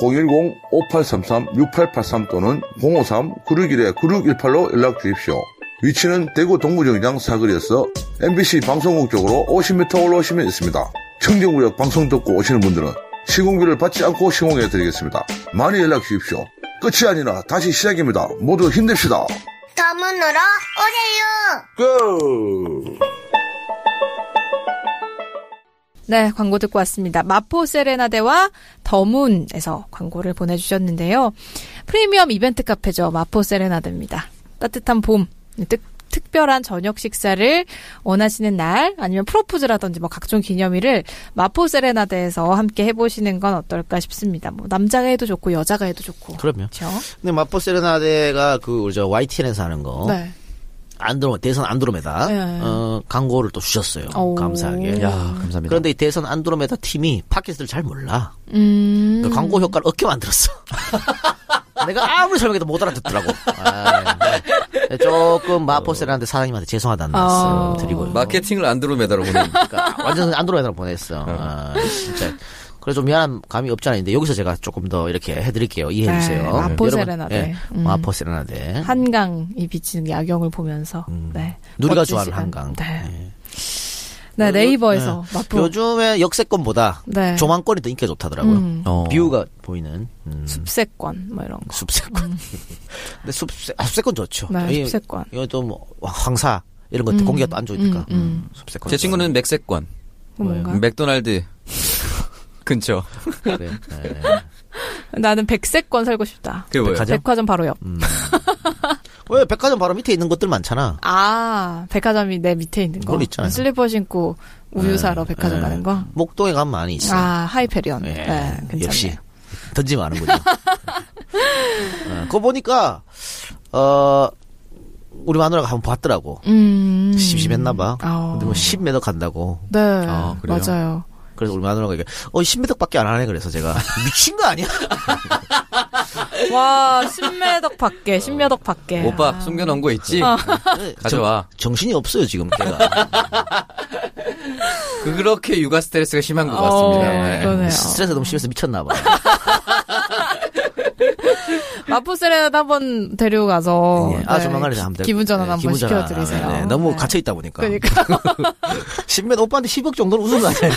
010-5833-6883 또는 053-961-9618로 연락 주십시오. 위치는 대구 동부정장 사거리에서 MBC 방송국 쪽으로 50m 올라오시면 있습니다. 청정구역 방송 듣고 오시는 분들은 시공비를 받지 않고 시공해 드리겠습니다. 많이 연락 주십시오. 끝이 아니라 다시 시작입니다. 모두 힘냅시다.
더문으로 오세요.
네, 광고 듣고 왔습니다. 마포 세레나데와 더문에서 광고를 보내주셨는데요. 프리미엄 이벤트 카페죠. 마포 세레나데입니다. 따뜻한 봄, 특, 특별한 저녁 식사를 원하시는 날, 아니면 프로포즈라든지 뭐 각종 기념일을 마포 세레나데에서 함께 해보시는 건 어떨까 싶습니다. 뭐 남자가 해도 좋고 여자가 해도 좋고.
그럼요.
그렇죠.
근데 마포 세레나데가 그 우리 저 YTN에서 하는 거
네.
안드로 대선 안드로메다
예.
어, 광고를 또 주셨어요.
오.
감사하게.
야, 감사합니다.
그런데 이 대선 안드로메다 팀이 팟캐스트를 잘 몰라.
음.
그 광고 효과를 얻게 만들었어. 내가 아무리 설명해도 못 알아듣더라고. 아, 네. 조금 마포세라는데 사장님한테 죄송하다는 말씀
어.
드리고요.
마케팅을 안드로메다로 보는
그러니까 완전 안드로메다로
어.
보내서 아, 진짜. 그래서 좀 미안한 감이 없지 않은데 여기서 제가 조금 더 이렇게 해드릴게요. 이해해주세요.
네, 마포
여러분,
세레나데.
예,
음.
마포 세레나데.
한강이 비치는 야경을 보면서. 네.
음. 누리가
멋진
좋아하는
시간.
한강.
네.
예.
네, 네이버에서 마포.
요즘에 역세권보다
네.
조망권이 더 인기가 좋다더라고요.
음.
어.
뷰가 보이는 음,
숲세권 뭐 이런 거.
숲세권. 근데 숲세, 아, 숲세권 좋죠.
네,
이-
숲세권. 음.
이거 또 황사 이런 것들 공기가 또 안 좋으니까. 음. 숲세권.
제 친구는 맥세권,
뭔가
맥도날드 근처.
그래. 네.
나는 백세권 살고 싶다.
그게 뭐예요?
백화점? 음.
백화점 바로 옆.
왜 백화점 바로 밑에 있는 것들 많잖아.
아 백화점이 내 밑에 있는 거.
그건 있잖아요.
슬리퍼 신고 우유 사러 백화점
예.
가는 거.
목동에 가면 많이 있어.
아
요
하이페리온. 네, 괜찮네.
예. 역시 던지면 아는군요. 어, 그거 보니까 어 우리 마누라가 한번 봤더라고.
음.
심심했나 봐.
아.
근데 뭐 10m 간다고.
네
아, 그래요?
맞아요.
그래서 우리 마누라가 이게 어 10m밖에 안 하네 그래서 제가 미친 거 아니야?
와 신매덕 밖에 신매덕 밖에.
예. 오빠
아.
숨겨놓은 거 있지?
네.
가져와.
정- 정신이 없어요 지금 걔가
그렇게 육아 스트레스가 심한 것
어,
같습니다.
예.
네.
그러네요.
스트레스 너무 심해서 미쳤나 봐.
마포 세레나데 한번 데려가서
예. 아
네,
조만간에
기-
한번
기분 전환
네,
한번
기분 전환.
시켜드리세요.
네, 네. 너무
네.
갇혀 있다 보니까.
그러니까
신면 오빠한테 10억 정도는 웃은 거 아니야?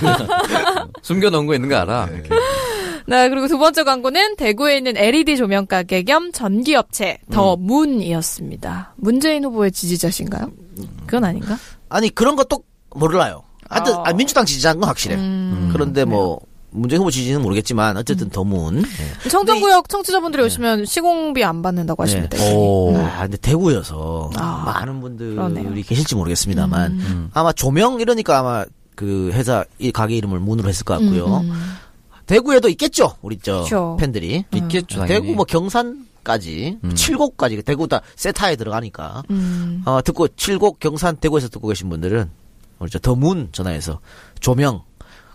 숨겨놓은 거 있는 거 알아? 이렇게.
네, 그리고 두 번째 광고는 대구에 있는 LED 조명 가게 겸 전기 업체 더
음.
문이었습니다. 문재인 후보의 지지자신가요? 그건 아닌가?
아니 그런 것도 몰라요. 하여튼
어.
아, 민주당 지지한 건 확실해.
음.
음.
그런데 뭐 문재인 후보 지지는 모르겠지만
음.
어쨌든 더문. 네.
청정구역 청취자분들이 오시면 시공비 안 받는다고 하십니다.
오, 아, 근데 대구여서
아,
많은 분들이
그러네요. 음.
계실지 모르겠습니다만
음.
아마 조명 이러니까 아마 그 회사 이 가게 이름을 문으로 했을 것
음,
같고요. 대구에도 있겠죠, 우리 저
그렇죠.
팬들이.
있겠죠, 당연히. 음.
대구 뭐 경산까지 칠곡까지 대구 다 세타에 들어가니까
음.
어, 듣고 칠곡 경산 대구에서 듣고 계신 분들은 우리 저 더문 전화해서 조명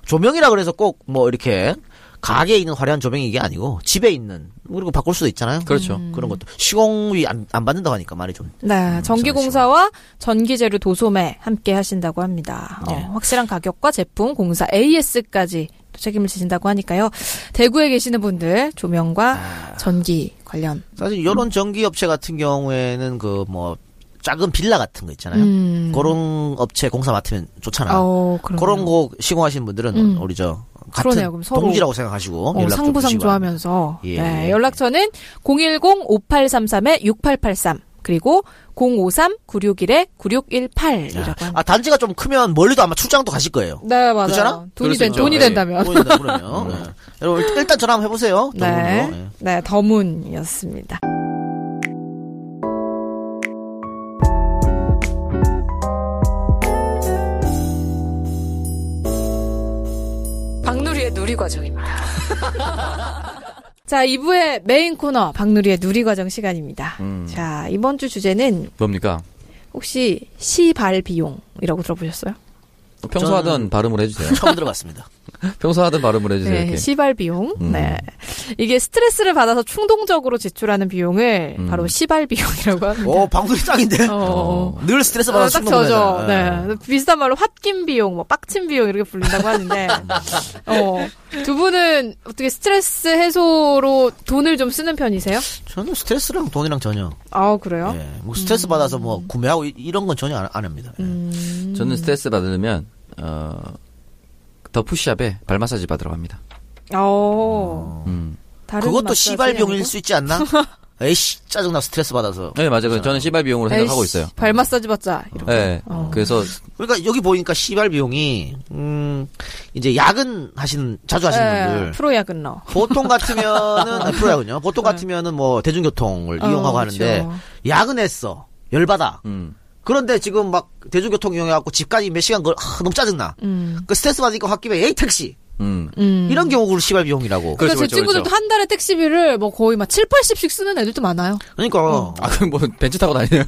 조명이라 그래서 꼭 뭐 이렇게 가게에 있는 화려한 조명이 이게 아니고 집에 있는 그리고 바꿀 수도 있잖아요.
그렇죠.
음.
그런 것도 시공비 안, 안 받는다고 하니까 말이 좀
네, 전기공사와 전기재료 도소매 함께 하신다고 합니다. 어,
그렇죠. 네.
확실한 가격과 제품, 공사, AS까지 책임을 지신다고 하니까요. 대구에 계시는 분들 조명과
아.
전기 관련
사실
음.
이런 전기업체 같은 경우에는 그 뭐 작은 빌라 같은 거 있잖아요.
음.
그런 업체 공사 맡으면 좋잖아.
어, 그러네요.
그런 거 시공하시는 분들은 우리 저 같은
음. 그러네요. 그럼 서로.
동지라고 생각하시고
어,
연락 좀 주시고
상부상조하면서
예.
네, 연락처는 010-5833-6883 그리고 053-961-9618이라고 합니다.
아 단지가 좀 크면 멀리도 아마 출장도 가실 거예요.
네 맞아요.
그렇잖아?
돈이,
그럴 수
된,
있죠.
돈이
예.
된다면.
보인다 그러면 네. 여러분 일단- 일단 전화 한번 해보세요.
네.
네.
네, 더문이었습니다. 박누리의 누리과정입니다. 자, 2부의 메인 코너, 박누리의 누리과정 시간입니다.
음.
자, 이번 주 주제는
뭡니까?
혹시 시발비용이라고 들어보셨어요?
평소
저는-
하던 발음을 해주세요.
처음 들어봤습니다.
평소 하던 발음을 해주세요. 네, 이렇게.
네, 시발 비용.
음.
네. 이게 스트레스를 받아서 충동적으로 지출하는 비용을
음.
바로 시발 비용이라고 합니다.
오 방송이 짱인데
어, 어.
늘 스트레스
어,
받아서
딱
충동
저죠.
구매하잖아.
네. 비슷한 말로 홧김 비용, 뭐 빡침 비용 이렇게 부른다고 하는데, 어, 두 분은 어떻게 스트레스 해소로 돈을 좀 쓰는 편이세요?
저는 스트레스랑 돈이랑 전혀.
아 그래요?
예. 뭐
음.
스트레스 받아서 뭐 구매하고 이- 이런 건 전혀 안, 안 합니다. 예.
저는 스트레스 받으면 어, 더 푸시업에 발 마사지 받으러 갑니다.
어,
음.
다른
그것도
마사지
시발병일
아니고?
수 있지 않나? 에이씨 짜증나 스트레스 받아서.
네 맞아요. 그래서 저는 시발 비용으로 생각하고
에이씨,
있어요.
발 마사지 받자. 이렇게.
네.
어.
그래서
그러니까 여기 보니까 시발 비용이 음 이제 야근 하시는 자주 하시는
네,
분들
프로야근러. 네.
보통 같으면은 아, 프로야군요. 보통 같으면은 뭐 대중교통을
어,
이용하고 하는데
그렇죠.
야근했어 열받아.
음.
그런데 지금 막 대중교통 이용해갖고 집까지 몇 시간 걸 아, 너무 짜증나.
음.
그 스트레스 받으니까 홧김에 에이 택시
음.
음.
이런 경우를 시발 비용이라고.
그러니까 제 친구들도 한 달에 택시비를 뭐 거의 막 7, 80씩 쓰는 애들도 많아요. 음.
그러니까
아, 그럼 뭐 벤츠 타고 다니네요?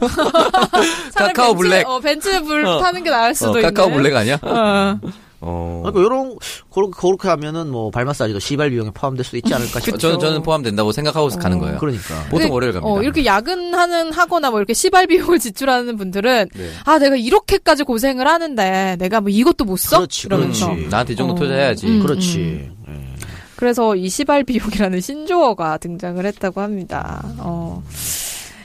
차라리
카카오
벤츠-
블랙.
어, 벤츠 불
어.
타는 게 나을
어,
수도 있네.
카카오 블랙 아니야?
어.
어.
그러니까 요런 그렇게 그렇게 하면은 뭐 발마사지도 시발 비용에 포함될 수도 있지 않을까 싶어요.
저는, 저는 포함된다고 생각하고 가는 거예요.
그러니까.
보통
어. 근데,
월요일 갑니다.
어, 이렇게 야근하는 하거나 뭐 이렇게 시발 비용을 지출하는 분들은
네.
아 내가 이렇게까지 고생을 하는데 내가 뭐 이것도 못 써?
그렇지,
이러면서.
그렇지.
음, 나한테 이 정도 투자해야지.
음.
그렇지.
그래서 이 시발 비용이라는 신조어가 등장을 했다고 합니다. 어.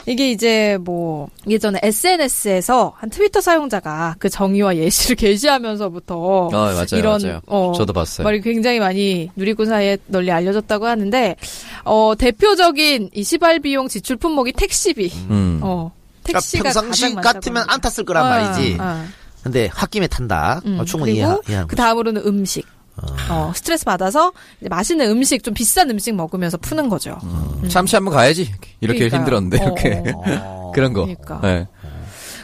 이게 이제 뭐 예전에 SNS에서 한 트위터 사용자가 그 정의와 예시를 게시하면서부터
아, 맞아요.
이런
맞아요.
어,
저도 봤어요.
말이 굉장히 많이 누리꾼 사이에 널리 알려졌다고 하는데 어 대표적인 이 시발 비용 지출 품목이 택시비.
음.
어
그러니까
택시가
평상시
가장 많다고
같으면
합니다.
안 탔을 거란
아,
말이지.
아.
근데 홧김에 탄다.
음,
어, 충분히
그리고
이해하.
그 다음으로는 음식. 어, 스트레스 받아서 이제 맛있는 음식, 좀 비싼 음식 먹으면서 푸는 거죠.
음.
잠시 한번 가야지. 이렇게
음. 그러니까요.
힘들었는데,
어,
이렇게. 그런 거.
그러니까.
네.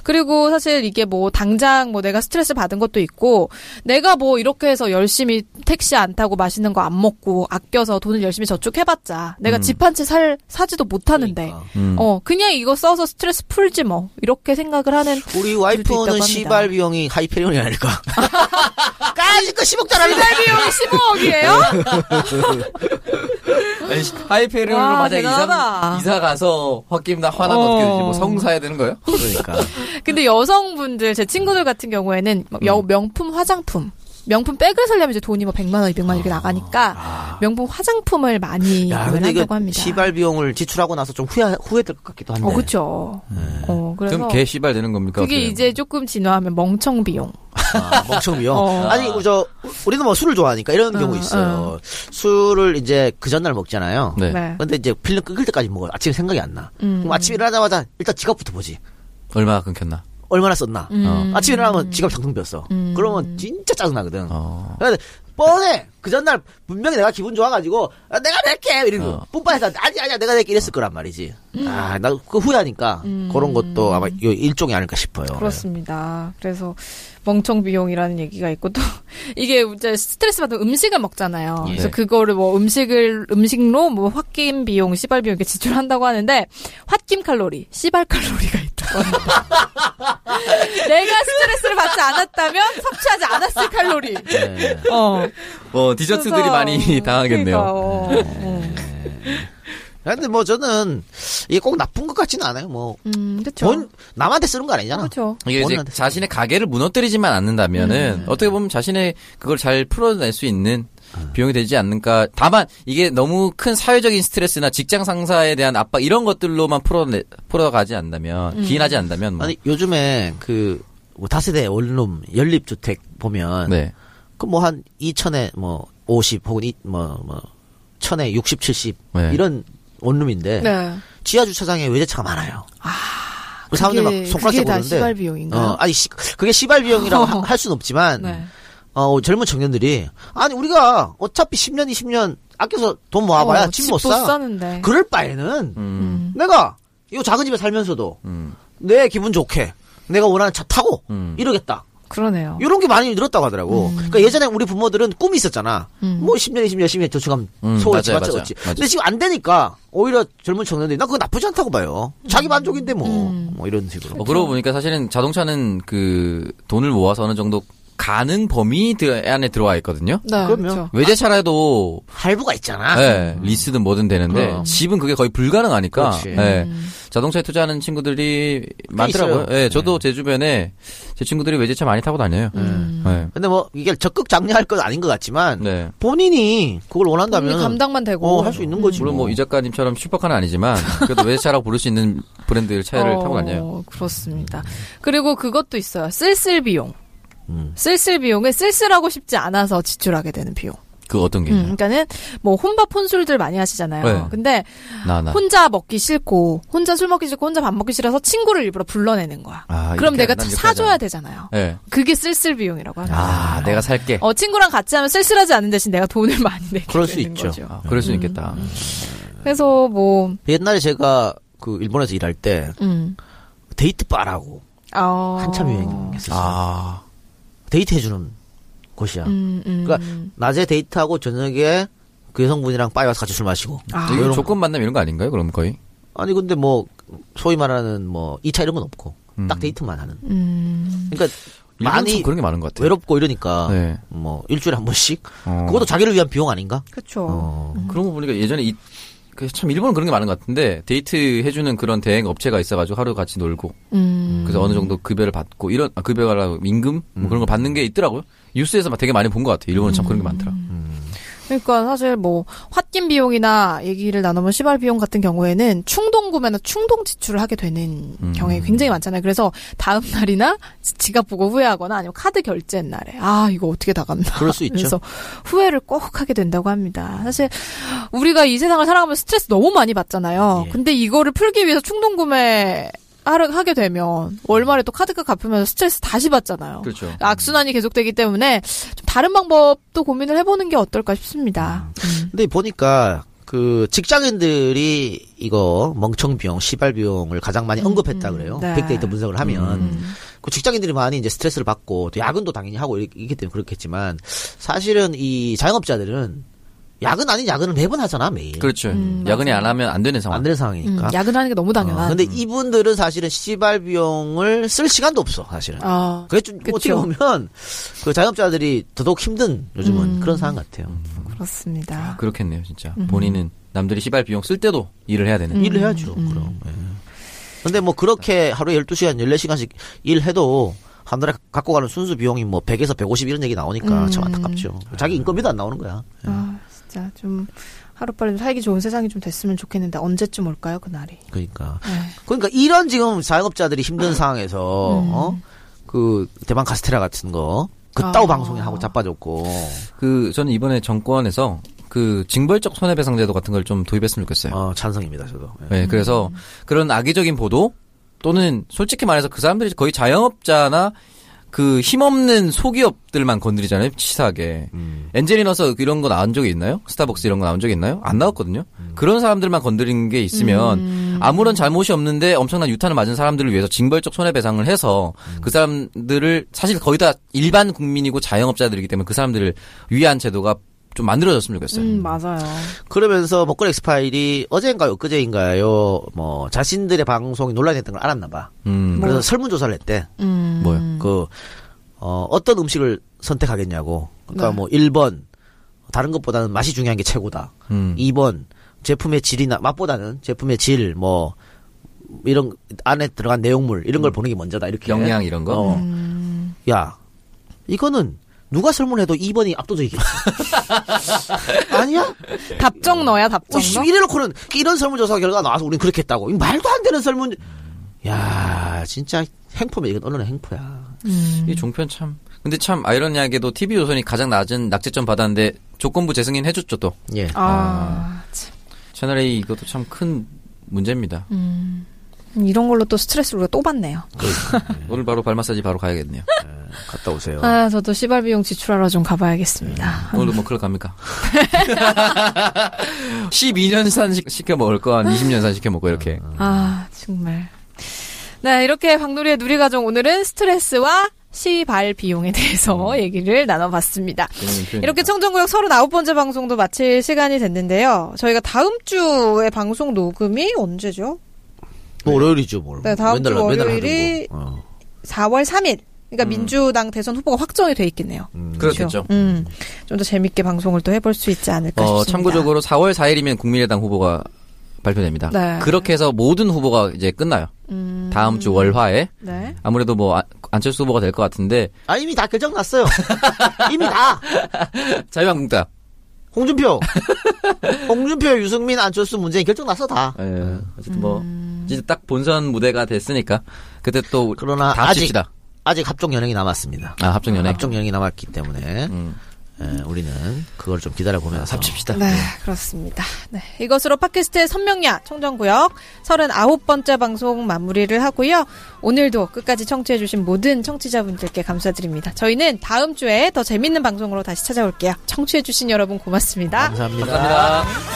그리고 사실 이게 뭐 당장 뭐 내가 스트레스 받은 것도 있고 내가 뭐 이렇게 해서 열심히 택시 안 타고 맛있는 거 안 먹고 아껴서 돈을 열심히 저축해봤자 내가
음.
집 한 채 살 사지도 못하는데
그러니까.
음.
어 그냥 이거 써서 스트레스 풀지 뭐 이렇게 생각을 하는 분들도
우리
있다고
와이프는
합니다.
시발 비용이 하이페리온이 아닐까. 까짓거 10억 달라는데.
시발 아, 비용이 15억이에요?
하이페리온으로
와,
맞아 이사,
대단하다.
이사 가서 홧김나 화나면
어.
어. 떻게 되지? 뭐 성사해야 되는 거예요?
그러니까.
근데 여성분들 제 친구들 같은 경우에는 막
음.
여- 명품 화장품 명품 백을 사려면 이제 돈이 뭐 100만 원, 200만 원 이렇게 나가니까 명품 화장품을 많이
아, 야, 근데
구매한다고
이거
합니다.
시발 네. 비용을 지출하고 나서 좀 후회 후회될 것 같기도 한데.
어, 그렇죠. 어, 그래서
그럼 개 씨발 되는 겁니까?
그게
어떻게?
이제 조금 진화하면 멍청 비용.
아, 멍청 비용.
어.
아니, 우리 저 우리는 뭐 술을 좋아하니까 이런 경우 있어요. 술을 이제 그 전날 먹잖아요.
네.
네. 음.
근데 이제 필름 끊길 때까지 먹어요. 아침에 생각이 안 나. 그럼 아침에 일어나자마자 일단 지갑부터 보지.
얼마나 끊겼나?
얼마나 썼나.
음.
어.
아침에 일어나면 지갑 정통 비었어. 그러면 진짜 짜증나거든.
어.
그러니까 뻔해. 그 전날 분명히 내가 기분 좋아가지고 아, 내가 낼게 이러고
어.
뿜빠해서 아니 아니야 내가 낼게 이랬을 거란 말이지.
음.
아, 나 그 후회하니까 그런 것도 아마 이 일종이 아닐까 싶어요.
네.
그렇습니다. 그래서 멍청 비용이라는 얘기가 있고 또 이게 이제 스트레스 받으면 음식을 먹잖아요.
예.
그래서 그거를 뭐 음식을 음식로 뭐 홧김 비용, 시발 비용 이렇게 지출한다고 하는데 홧김 칼로리, 시발 칼로리가 있다고 합니다. 내가 스트레스를 받지 않았다면 섭취하지 않았을 칼로리.
네.
어.
어, 디저트들이
그래서-
많이
그러니까,
당하겠네요.
어, 어.
근데 뭐 저는 이게 꼭 나쁜 것 같지는 않아요. 뭐
음, 그렇죠.
돈, 남한테 쓰는 거 아니잖아.
그렇죠.
이게 이제
본인한테
자신의 가게를 무너뜨리지만
음.
않는다면은 어떻게 보면 자신의 그걸 잘 풀어낼 수 있는
아.
비용이 되지 않을까. 다만 이게 너무 큰 사회적인 스트레스나 직장 상사에 대한 압박 이런 것들로만 풀어내, 풀어가지 않는다면
음.
기인하지 않는다면 뭐.
아니 요즘에 그뭐 그뭐 다세대 원룸 연립 주택 보면
네.
그 뭐 한 2천에 뭐 50 혹은 이- 뭐, 뭐, 천에 60, 70
네.
이런 원룸인데
네.
지하 주차장에 외제차가 많아요. 그 사람들 막
그게-
손가락
그게 다
보는데
시발 비용인가요?
어, 아니 시- 그게 시발 비용이라고 하- 할 수는 없지만
네.
어, 젊은 청년들이 아니 우리가 어차피 10년 20년 아껴서 돈 모아봐야
어,
집
집
못 사.
못 사는데.
그럴 바에는
음.
내가 이 작은 집에 살면서도
음.
내 기분 좋게 내가 원하는 차 타고
음.
이러겠다.
그러네요.
이런 게 많이 늘었다고 하더라고.
음.
그러니까 예전에 우리 부모들은 꿈이 있었잖아. 뭐 10년, 20년, 10년 저축하면
음,
서울에
맞아요,
집 맞지,
맞아요.
맞지.
맞아요.
근데 지금 안 되니까 오히려 젊은 청년들이 나 그거 나쁘지 않다고 봐요. 자기
음.
만족인데 뭐, 뭐 이런 식으로.
어, 그러고 보니까 사실은 자동차는 그 돈을 모아서 어느 정도 가능 범위 들- 안에 들어와 있거든요.
네, 그렇죠.
그러면-
외제차라도
할부가 있잖아.
예, 리스든 뭐든 되는데
그럼.
집은 그게 거의 불가능하니까
그렇지.
예,
음.
자동차에 투자하는 친구들이 많더라고요.
네.
있어요.
예, 저도 제 주변에 제 친구들이 외제차 많이 타고 다녀요.
음.
예.
근데 뭐 이게 적극 장려할 건 아닌 것 같지만
네.
본인이 그걸 원한다면 어,
본인이 감당만 되고.
할 수 있는 거지.
물론 뭐 이 작가님처럼 슈퍼카는 아니지만 그래도 외제차라고 부를 수 있는 브랜드의 차를 타고 다녀요.
어, 그렇습니다. 그리고 그것도 있어요. 쓸쓸 비용.
음.
쓸쓸 비용은 쓸쓸하고 싶지 않아서 지출하게 되는 비용.
그 어떤 게
음,
있나요?
그러니까는 뭐 혼밥 혼술들 많이 하시잖아요.
네. 아.
근데
나 나.
음. 혼자 먹기 싫고 혼자 술 먹기 싫고 혼자 밥 먹기 싫어서 친구를 일부러 불러내는 거야.
아,
그럼
이렇게
내가
안 하면 이렇게
사줘야
하잖아.
되잖아요.
예.
그게 쓸쓸 비용이라고 하는 거예요.
아, 내가 살게.
어, 친구랑 같이 하면 쓸쓸하지 않은 대신 내가 돈을 많이 내게
그럴 수
되는
있죠.
거죠.
아, 그럴 수 있겠다.
그래서 뭐
옛날에 제가 그 일본에서 일할 때
음.
데이트 바라고
어.
한참 유행했었어요.
啊
아,
데이트 해주는 곳이야.
음, 음.
그러니까 낮에 데이트하고 저녁에 그 여성분이랑 빠에 와서 같이 술 마시고.
아.
이거
이런
조건 만남 이런 거 아닌가요? 그럼 거의?
아니 근데 뭐 소위 말하는 뭐 2차 이런 건 없고 딱 데이트만 하는.
음.
그러니까
음. 많이
많이
참 그런 게 많은 것 같아요.
외롭고 이러니까
네.
뭐 일주일에 한 번씩
어.
그것도 자기를 위한 비용 아닌가? 어.
그렇죠.
그런 거 보니까 예전에 이, 그참 일본은 그런 게 많은 것 같은데 데이트 해주는 그런 대행 업체가 있어가지고 하루 같이 놀고
음.
그래서 어느 정도 급여를 받고 이런 아, 급여라고 임금 뭐 그런 걸 받는 게 있더라고요. 뉴스에서 막 되게 많이 본 것 같아요. 일본은 참 그런 게 많더라.
그러니까 사실 뭐 홧김 비용이나 얘기를 나누면 시발 비용 같은 경우에는 충동 구매나 충동 지출을 하게 되는
음.
경향이 굉장히 많잖아요. 그래서 다음 날이나 지- 지갑 보고 후회하거나 아니면 카드 결제한 날에 아 이거 어떻게 다 갔나.
그럴 수 있죠.
그래서 후회를 꼭 하게 된다고 합니다. 사실 우리가 이 세상을 살아가면 스트레스 너무 많이 받잖아요.
예.
근데 이거를 풀기 위해서 충동 구매 하려- 하게 되면 월말에 또 카드값 갚으면서 스트레스 다시 받잖아요.
그렇죠.
악순환이 계속되기 때문에 좀 다른 방법도 고민을 해보는 게 어떨까 싶습니다. 음.
근데 보니까 그 직장인들이 이거 멍청 비용, 시발 비용을 가장 많이 언급했다 그래요.
음, 네. 음.
빅데이터 분석을 하면 그 직장인들이 많이 이제 스트레스를 받고 또 야근도 당연히 하고 이렇- 이렇기 때문에 그렇겠지만 사실은 이 자영업자들은 야근 아닌 야근을 매번 하잖아 매일
그렇죠. 야근이 안 하면 안 되는 상황.
안 되는 상황이니까.
음, 야근하는 게 너무 당연한.
그러니까. 어, 근데 이분들은 사실은 시발 비용을 쓸 시간도 없어 사실은.
아,
그게 좀
그쵸.
어떻게 보면 그 자영업자들이 더더욱 힘든 요즘은
음.
그런 아, 상황 같아요.
그렇습니다.
그렇겠네요, 진짜. 본인은 남들이 시발 비용 쓸 때도 일을 해야 되는.
일을 해야죠. 그럼. 예. 근데 뭐 그렇게 하루에 12시간, 14시간씩 일해도 한 달에 갖고 가는 순수 비용이 뭐 100에서 150 이런 얘기 나오니까 참 안타깝죠. 자기 인건비도 안 나오는 거야.
아, 진짜 좀 하루빨리 좀 살기 좋은 세상이 좀 됐으면 좋겠는데 언제쯤 올까요 그날이?
그러니까.
에휴.
그러니까 이런 지금 자영업자들이 힘든 상황에서 어? 그 대만 카스테라 같은 거 그따오
아.
방송이 하고 자빠졌고
그 저는 이번에 정권에서 그 징벌적 손해배상제도 같은 걸 좀 도입했으면 좋겠어요.
어, 찬성입니다 저도. 예.
음.
네, 그래서 그런 악의적인 보도 또는 솔직히 말해서 그 사람들이 거의 자영업자나 그 힘없는 소기업들만 건드리잖아요, 치사하게.
음.
엔젤리너서 이런 거 나온 적이 있나요? 스타벅스 이런 거 나온 적이 있나요? 안 나왔거든요.
음.
그런 사람들만 건드린 게 있으면 아무런 잘못이 없는데 엄청난 유탄을 맞은 사람들을 위해서 징벌적 손해배상을 해서
음.
그 사람들을 사실 거의 다 일반 국민이고 자영업자들이기 때문에 그 사람들을 위한 제도가 좀 만들어졌으면 좋겠어요.
음 맞아요.
그러면서 먹거리 엑스파일이 어제인가요, 엊그제인가요, 뭐, 자신들의 방송이 논란이 됐던 걸 알았나봐.
음,
그래서 설문조사를 했대.
음,
뭐요?
그, 어, 어떤 음식을 선택하겠냐고.
네.
그러니까 뭐, 1번, 다른 것보다는 맛이 중요한 게 최고다.
음.
2번, 제품의 질이나, 맛보다는 제품의 질, 뭐, 이런, 안에 들어간 내용물, 이런 걸 보는 게 먼저다. 이렇게.
영양 이런 거?
어. 야, 이거는, 누가 설문해도 2번이 압도적이겠어. 아니야? 뭐
답정 너야 답정
예, 어이씨,
너.
이래놓고는 이런 설문조사 결과 나와서 우린 그렇게 했다고. 이 말도 안 되는 설문. 야 진짜 행포면 이건 언론의 행포야.
음.
이 종편 참. 근데 참 아이러니하게도 TV조선이 가장 낮은 낙제점 받았는데 조건부 재승인 해줬죠 또
예.
아, 참.
채널 A 이것도 참 큰 문제입니다.
음. 이런 걸로 또 스트레스를 우리가 또 받네요.
오늘 바로 발 마사지 바로 가야겠네요.
음.
갔다 오세요.
아, 저도 시발 비용 지출하러 좀 가봐야겠습니다.
오늘도 뭐 클럽 갑니까? 12년산 시켜 먹을 거 한 20년산 시켜 먹고 이렇게
아, 정말. 네, 이렇게 박누리의 누리과정 오늘은 스트레스와 시발 비용에 대해서
음.
얘기를 나눠봤습니다.
재밌는 표현이다.
이렇게 청정구역 39번째 방송도 마칠 시간이 됐는데요. 저희가 다음 주에 방송 녹음이 언제죠?
뭐 월요일이죠, 뭘.
네, 다음
맨날,
주
맨날 하던
월요일이-
거. 어.
4월 3일. 그러니까 민주당 대선 후보가 확정이 돼 있겠네요.
음. 그렇겠죠.
음, 좀 더 재밌게 방송을 또 해볼 수 있지 않을까
어,
싶습니다.
참고적으로 4월 4일이면 국민의당 후보가 발표됩니다.
네.
그렇게 해서 모든 후보가 이제 끝나요. 다음 주 월화에
네.
아무래도 뭐 안- 안철수 후보가 될 것 같은데
아, 이미 다 결정났어요. 이미 다.
자유한국당
홍준표. 홍준표, 유승민, 안철수, 문재인 결정났어, 다.
예,
음.
어쨌든 뭐 이제 딱 본선 무대가 됐으니까 그때 또
그러나
다
아직-
합시다.
아직 합종 연행이 남았습니다.
아 합정 연애 음.
합종 연행이 남았기 때문에
음.
예, 우리는 그걸 좀 기다려보면서 합칩시다.
네, 그렇습니다. 네, 이것으로 팟캐스트의 선명야 청정구역 39번째 방송 마무리를 하고요. 오늘도 끝까지 청취해주신 모든 청취자분들께 감사드립니다. 저희는 다음 주에 더 재밌는 방송으로 다시 찾아올게요. 청취해주신 여러분 고맙습니다.
감사합니다.
감사합니다.